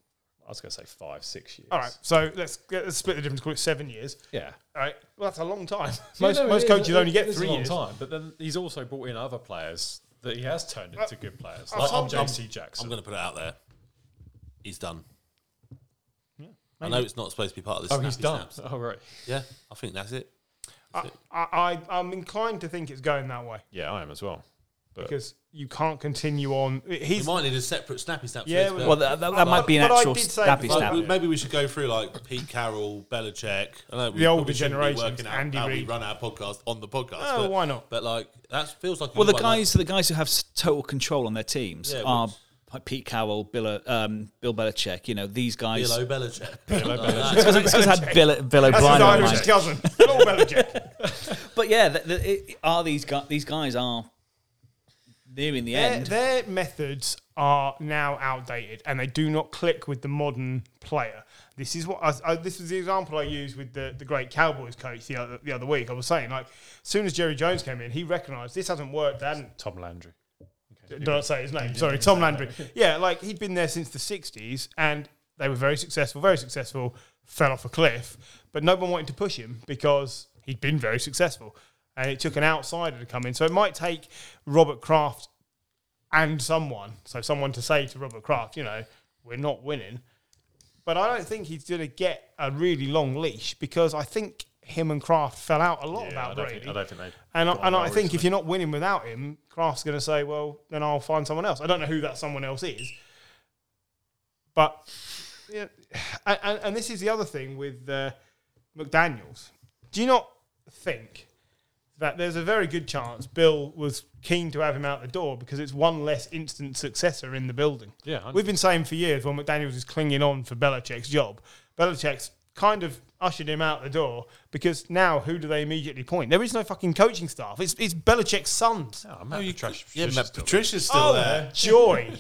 S2: I was going to say five, six years.
S3: All right, so let's, let's split the difference, call it seven years.
S2: Yeah.
S3: All right, well, that's a long (laughs) time.
S2: Yeah,
S3: most
S2: no, it
S3: most
S2: is.
S3: coaches
S2: It-
S3: only get
S2: it is a
S3: three
S2: long
S3: years.
S2: time, but then he's also brought in other players that he has turned into good players.
S3: I've
S2: Like
S3: told you.
S2: JC Jackson.
S4: I'm going to put it out there. He's done. I know it's not supposed to be part of this.
S2: oh, he's
S4: snappy
S2: done.
S4: snaps.
S2: Oh, right.
S4: Yeah, I think that's it.
S3: I, I, I, I'm inclined to think it's going that way
S2: Yeah, I am as well. But
S3: because you can't continue on.
S4: We
S3: He's
S4: might need a separate snappy snap. for
S3: Yeah,
S4: this,
S3: we-
S4: but-
S1: well that, that, that might be an
S3: But I
S1: actual
S3: did say
S1: snappy
S3: before-
S4: Like,
S1: snap.
S4: we- maybe we should go through like Pete Carroll, Belichick. I know we
S3: The
S4: probably
S3: older
S4: shouldn't be
S3: generations,
S4: working out
S3: Andy
S4: how we
S3: Reid.
S4: run our podcast on the podcast.
S3: Oh,
S4: but,
S3: why not?
S4: But like that feels like a
S1: Well, the
S4: good one, like-
S1: guys the guys who have s- total control on their teams
S4: Yeah,
S1: are
S4: but-
S1: like Pete Cowell, Bill O- um, Bill Belichick. You know these guys.
S4: Bill Belichick.
S3: (laughs)
S4: (laughs)
S1: It's because I had Bill, Bill
S3: that's his
S1: O'Brien on mine.
S3: Irish cousin. Hello, Belichick.
S1: But yeah, the, the, it, are these guys? These guys are nearing the
S3: their,
S1: end.
S3: their methods are now outdated and they do not click with the modern player. This is what I, I, this was the example I used with the, the great Cowboys coach the other, the other week. I was saying like, as soon as Jerry Jones came in, he recognised this hasn't worked. They hadn't
S2: Tom Landry.
S3: did I say his name? Sorry, Tom Landry. Yeah, like he'd been there since the 60s and they were very successful, very successful, fell off a cliff, but no one wanted to push him because he'd been very successful. And it took an outsider to come in. So it might take Robert Kraft and someone, so someone to say to Robert Kraft, you know, we're not winning. But I don't think he's going to get a really long leash because I think him and Kraft fell out a lot
S2: Yeah,
S3: about
S2: I, don't
S3: Brady.
S2: think, I don't think they.
S3: And, I,
S2: got on
S3: and I
S2: well
S3: think if
S2: recently.
S3: you're not winning without him, Kraft's going to say, well, then I'll find someone else. I don't know who that someone else is. But, yeah, (sighs) and, and- and this is the other thing with uh, McDaniels. Do you not think that there's a very good chance Bill was keen to have him out the door because it's one less instant successor in the building?
S2: Yeah, 100%.
S3: We've been saying for years while McDaniels is clinging on for Belichick's job, Belichick's kind of ushered him out the door because now who do they immediately point? There is no fucking coaching staff. It's, it's Belichick's sons.
S2: Oh, Matt Patricia.
S4: yeah,
S2: Patricia's
S4: Matt
S2: still
S4: Patricia's still
S3: Oh,
S4: there.
S3: joy.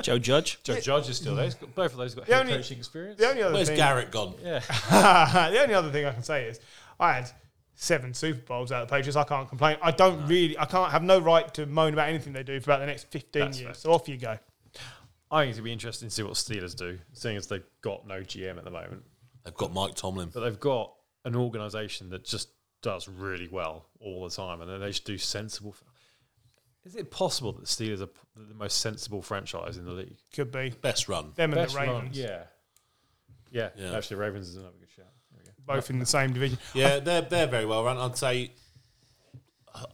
S1: Joe Judge.
S2: there. Joe Judge is still there. He's got- both of those got head
S3: only-
S2: coaching experience.
S3: The only other
S4: Where's
S3: thing,
S4: Garrett gone?
S3: (laughs) the only other thing I can say is I had seven Super Bowls out of the Patriots. I can't complain. I don't really. I can't have no right to moan about anything they do for about the next fifteen
S2: That's
S3: years.
S2: fair.
S3: So off you go.
S2: I think it's going to be interesting to see what Steelers do, seeing as they've got no GM at the moment.
S4: They've got Mike Tomlin.
S2: But they've got an organisation that just does really well all the time, and then they just do sensible. Is it possible that the Steelers are p- the most sensible franchise in the league?
S3: Could be
S4: Best run.
S3: them and
S2: Best
S3: the
S2: run,
S3: Ravens,
S2: yeah. yeah,
S4: Yeah.
S2: Actually, Ravens is another good shout. There we go.
S3: both in the same division.
S4: Yeah, they're they're very well run. I'd say. I-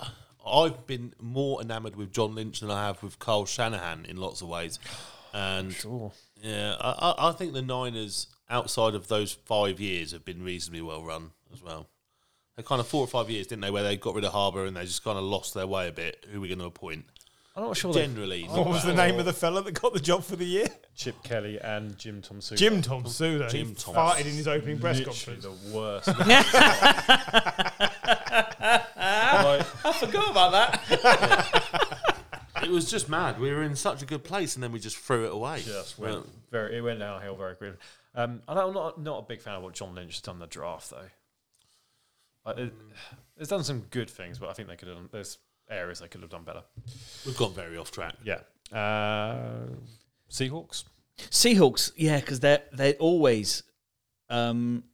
S4: uh, I've been more enamoured with John Lynch than I have with Carl Shanahan in lots of ways, and
S2: Sure.
S4: yeah, I, I, I think the Niners outside of those five years have been reasonably well run as well. They kind of four or five years, didn't they, where they got rid of Harbour and they just kind of lost their way a bit. Who are we going to appoint?
S2: I'm not sure. They,
S4: Generally,
S3: What was the name of the fella that got the job for the year?
S2: Chip Kelly and Jim Tom
S3: Jim Tom Suda.
S4: Jim
S3: Jim
S4: Tom.
S3: farted in his opening press
S2: Literally
S3: conference.
S2: the worst. Like,
S1: Forgot about that.
S4: It was just mad. We were in such a good place, and then we just threw it away.
S2: just
S4: (laughs) Well,
S2: went very. It went downhill very quickly. Um, and I'm not not a big fan of what John Lynch has done in the draft though. Like, it, it's done some good things, but I think they could have. done There's areas they could have done better.
S4: we've gone very off track.
S2: Yeah. Uh, Seahawks.
S1: Seahawks, yeah, because they're they're always um,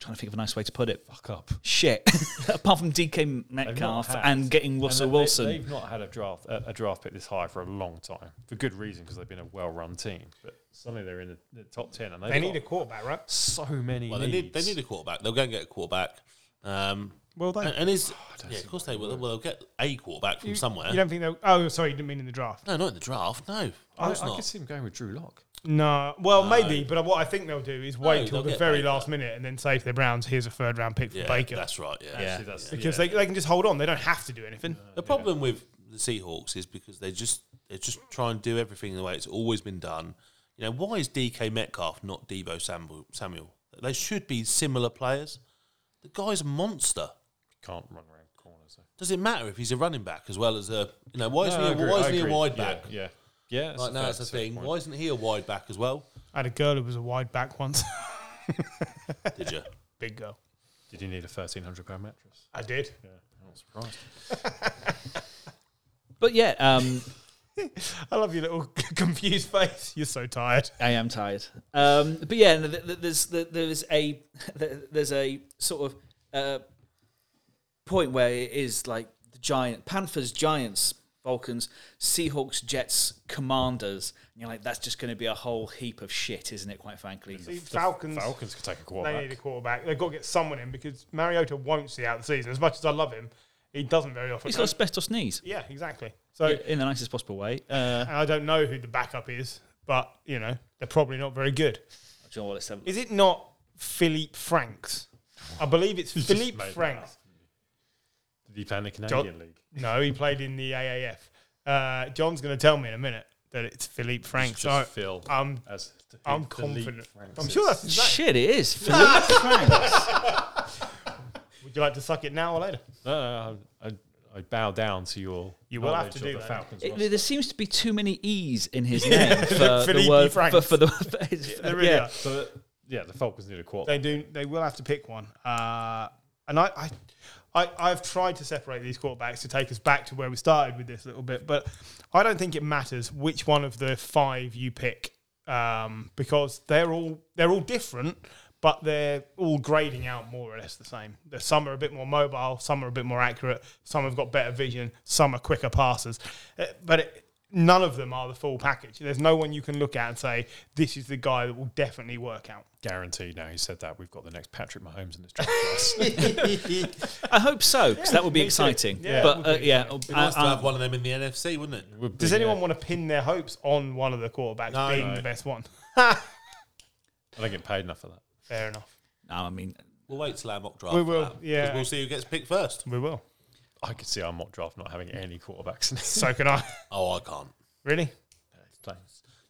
S1: trying to think of a nice way to put it.
S2: Fuck up.
S1: Shit. (laughs) Apart from DK
S2: They've not
S1: Metcalf
S2: had-
S1: and getting Russell
S2: and they-
S1: Wilson.
S2: They've not had a draft a, a draft pick this high for a long time for good reason because they've been a well run team. But suddenly they're in the, the top ten and they've
S3: They need a
S2: got
S3: quarterback, right?
S2: so many.
S4: Well, they need they need a quarterback. They'll go and get a quarterback. Um,
S3: Well, they.
S4: and, and is
S2: don't
S4: yeah,
S2: see
S4: of course they will. Well, they'll get a quarterback from somewhere.
S3: You don't think they'll. Oh, sorry, you didn't mean in the draft.
S4: no, not in the draft. No, of
S2: I,
S4: course
S2: I
S4: not.
S2: could see them going with Drew Lock.
S3: No, well, maybe, but what I think they'll do is wait
S4: No,
S3: till
S4: they'll
S3: the
S4: get
S3: very
S4: Baker.
S3: last minute and then say to the Browns, here's a third round pick for
S4: yeah,
S3: Baker.
S4: that's right. Yeah.
S1: Yeah.
S2: that's,
S3: because they, they can just hold on. They don't have to do anything.
S4: The problem with the Seahawks is because they just they just try and do everything the way it's always been done. You know, why is DK Metcalf not Debo Samuel? Samuel? They should be similar players. The guy's a monster.
S2: can't run around corners. though.
S4: Does it matter if he's a running back as well as a you know why isn't
S2: No, I
S4: he, a-
S2: agree,
S4: why
S2: I
S4: isn't he a
S2: agree.
S4: wide
S2: Yeah,
S4: back?
S2: Yeah, yeah.
S4: Like now that's the thing. Why isn't he a wide back as well?
S3: I had a girl who was a wide back once. (laughs)
S4: Did you?
S3: Big girl.
S2: Did you need a thirteen hundred pound mattress?
S3: I did.
S2: Yeah, I'm not surprised.
S1: But yeah, um,
S3: I love your little (laughs) confused face. You're so tired.
S1: I am tired. Um, but yeah, no, th- th- there's th- there's a (laughs) th- there's a sort of uh, point where it is like the giant Panthers, Giants, Vulcans, Seahawks, Jets, Commanders. And you're like, that's just going to be a whole heap of shit, isn't it? Quite frankly,
S3: The Falcons.
S2: Falcons could take a
S3: They need
S2: quarterback.
S3: a quarterback. They've got to get someone in because Mariota won't see out the season. As much as I love him, he doesn't very often.
S1: he's got asbestos knees
S3: yeah, exactly. So
S1: in the nicest possible way. Uh,
S3: and I don't know who the backup is, but you know they're probably not very good.
S1: do you know what? Let's have a
S3: Is it not Philippe Franks? I believe it's
S2: just
S3: Philippe
S2: made that
S3: Franks.
S2: Did he play in the Canadian League?
S3: No, he played in the AAF. Uh, John's going to tell me in a minute that it's Philippe Franks.
S2: Just
S3: So
S2: Phil.
S3: I'm,
S2: as the-
S3: I'm
S2: the league
S3: confident.
S2: ranks
S3: I'm
S2: is.
S3: sure that's his name.
S1: Shit, it is. (laughs) Philippe Franks.
S3: Would you like to suck it now or later?
S2: Uh, No, no, I, I, I bow down to your.
S3: You will have
S2: knowledge
S3: to
S2: of
S3: do
S2: the
S3: that.
S2: Falcons.
S1: It-
S2: roster.
S1: there seems to be too many E's in his name (laughs) for the E,
S3: Philippe
S1: word
S3: Franks.
S1: for, for the (laughs) for his,
S3: They really
S1: yeah.
S3: are.
S2: So that, yeah, the Falcons need a quarterback.
S3: They do. They will have to pick one. Uh, and I, I, I, I've tried to separate these quarterbacks to take us back to where we started with this little bit, but I don't think it matters which one of the five you pick um, because they're all they're all different, but they're all grading out more or less the same. The- Some are a bit more mobile, some are a bit more accurate, some have got better vision, some are quicker passers, Uh, but. It, None of them are the full package. There's no one you can look at and say, this is the guy that will definitely work out.
S2: Guaranteed. Now he said that we've got the next Patrick Mahomes in this draft class.
S3: (laughs)
S2: (laughs)
S4: (laughs)
S1: I hope so, because that would be exciting.
S3: Yeah,
S1: but
S3: it would
S1: uh,
S3: be
S1: yeah,
S4: It'd be
S1: I-
S4: nice to
S1: I-
S4: have one of them in the NFC, wouldn't it?
S2: Would be,
S3: Does anyone
S2: yeah.
S3: want to pin their hopes on one of the quarterbacks
S4: No.
S3: being
S4: No.
S3: the best one?
S2: I don't get paid enough for that.
S3: (laughs) Fair enough.
S1: no, I mean,
S4: We'll wait till our mock draft.
S3: We
S4: for
S3: will,
S4: that, 'cause
S3: yeah.
S4: We'll see who gets picked first.
S3: We will.
S2: I could see our mock draft not having any quarterbacks in this
S3: So can I. (laughs)
S4: Oh, I can't.
S3: really?
S2: place.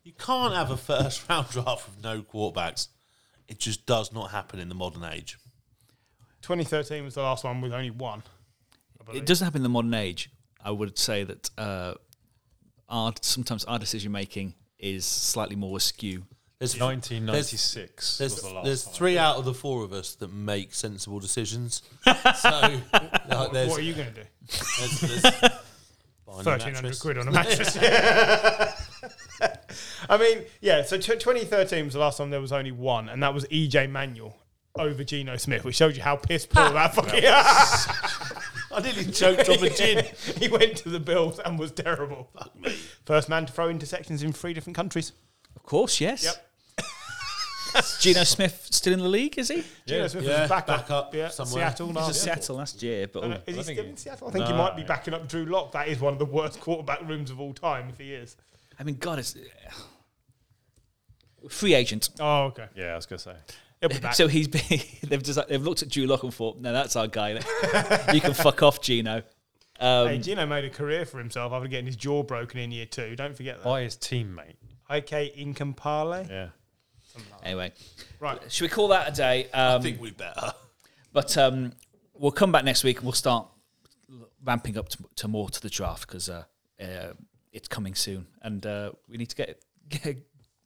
S4: You can't have a first (laughs) round draft with no quarterbacks. It just does not happen in the modern age.
S3: 2013 was the last one with only one.
S1: it doesn't happen in the modern age. I would say that uh, our sometimes our decision making is slightly more askew.
S4: There's
S2: 1996
S4: There's,
S2: was the last
S4: there's
S2: time.
S4: three out of the four of us that make sensible
S3: (laughs)
S4: decisions. So like, there's,
S3: what are you going to do?
S4: there's, there's buying a
S3: (laughs) 1,300
S4: mattress.
S3: quid on a mattress.
S4: (laughs)
S3: (laughs) I mean, yeah, so t- 2013 was the last time there was only one, and that was EJ Manuel over Geno Smith, which showed you how piss poor that fucking (laughs)
S4: I nearly choked on a gin.
S3: he went to the Bills and was terrible.
S1: (laughs)
S3: Fuck me. First man to throw interceptions in three different countries.
S1: Of course, yes.
S3: Yep.
S1: Gino Smith still in the league, is he?
S3: Geno Smith was
S4: Yeah,
S3: back,
S4: back
S3: up,
S4: up
S3: yeah,
S4: somewhere.
S3: Seattle
S1: He
S3: last
S1: was at Seattle last year, but
S3: No, no,
S2: I
S3: Is he
S2: think
S3: still
S2: he-
S3: in Seattle? I think he might be
S2: No.
S3: backing up Drew Lock. That is one of the worst quarterback rooms of all time if he is.
S1: I mean, God, it's uh, free agent.
S3: Oh, okay.
S2: Yeah, I was gonna say.
S3: He'll be back.
S1: So he's been, (laughs) they've just they've looked at Drew Lock and thought, no, that's our guy. (laughs) you can fuck off, Gino. Um,
S3: hey, Gino made a career for himself after getting his jaw broken in year two. Don't forget that.
S2: By his teammate.
S3: Okay, Incompale.
S2: Yeah.
S1: anyway,
S3: Right.
S1: should we call that a day? Um,
S4: I think we better.
S1: But um, we'll come back next week. and We'll start ramping up to, to more to the draft because uh, uh, it's coming soon, and uh, we need to get, (laughs) get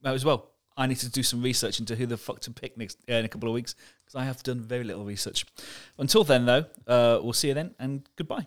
S1: well, as well. I need to do some research into who the fuck to pick next uh, in a couple of weeks because I have done very little research. Until then, though, uh, we'll see you then, and goodbye.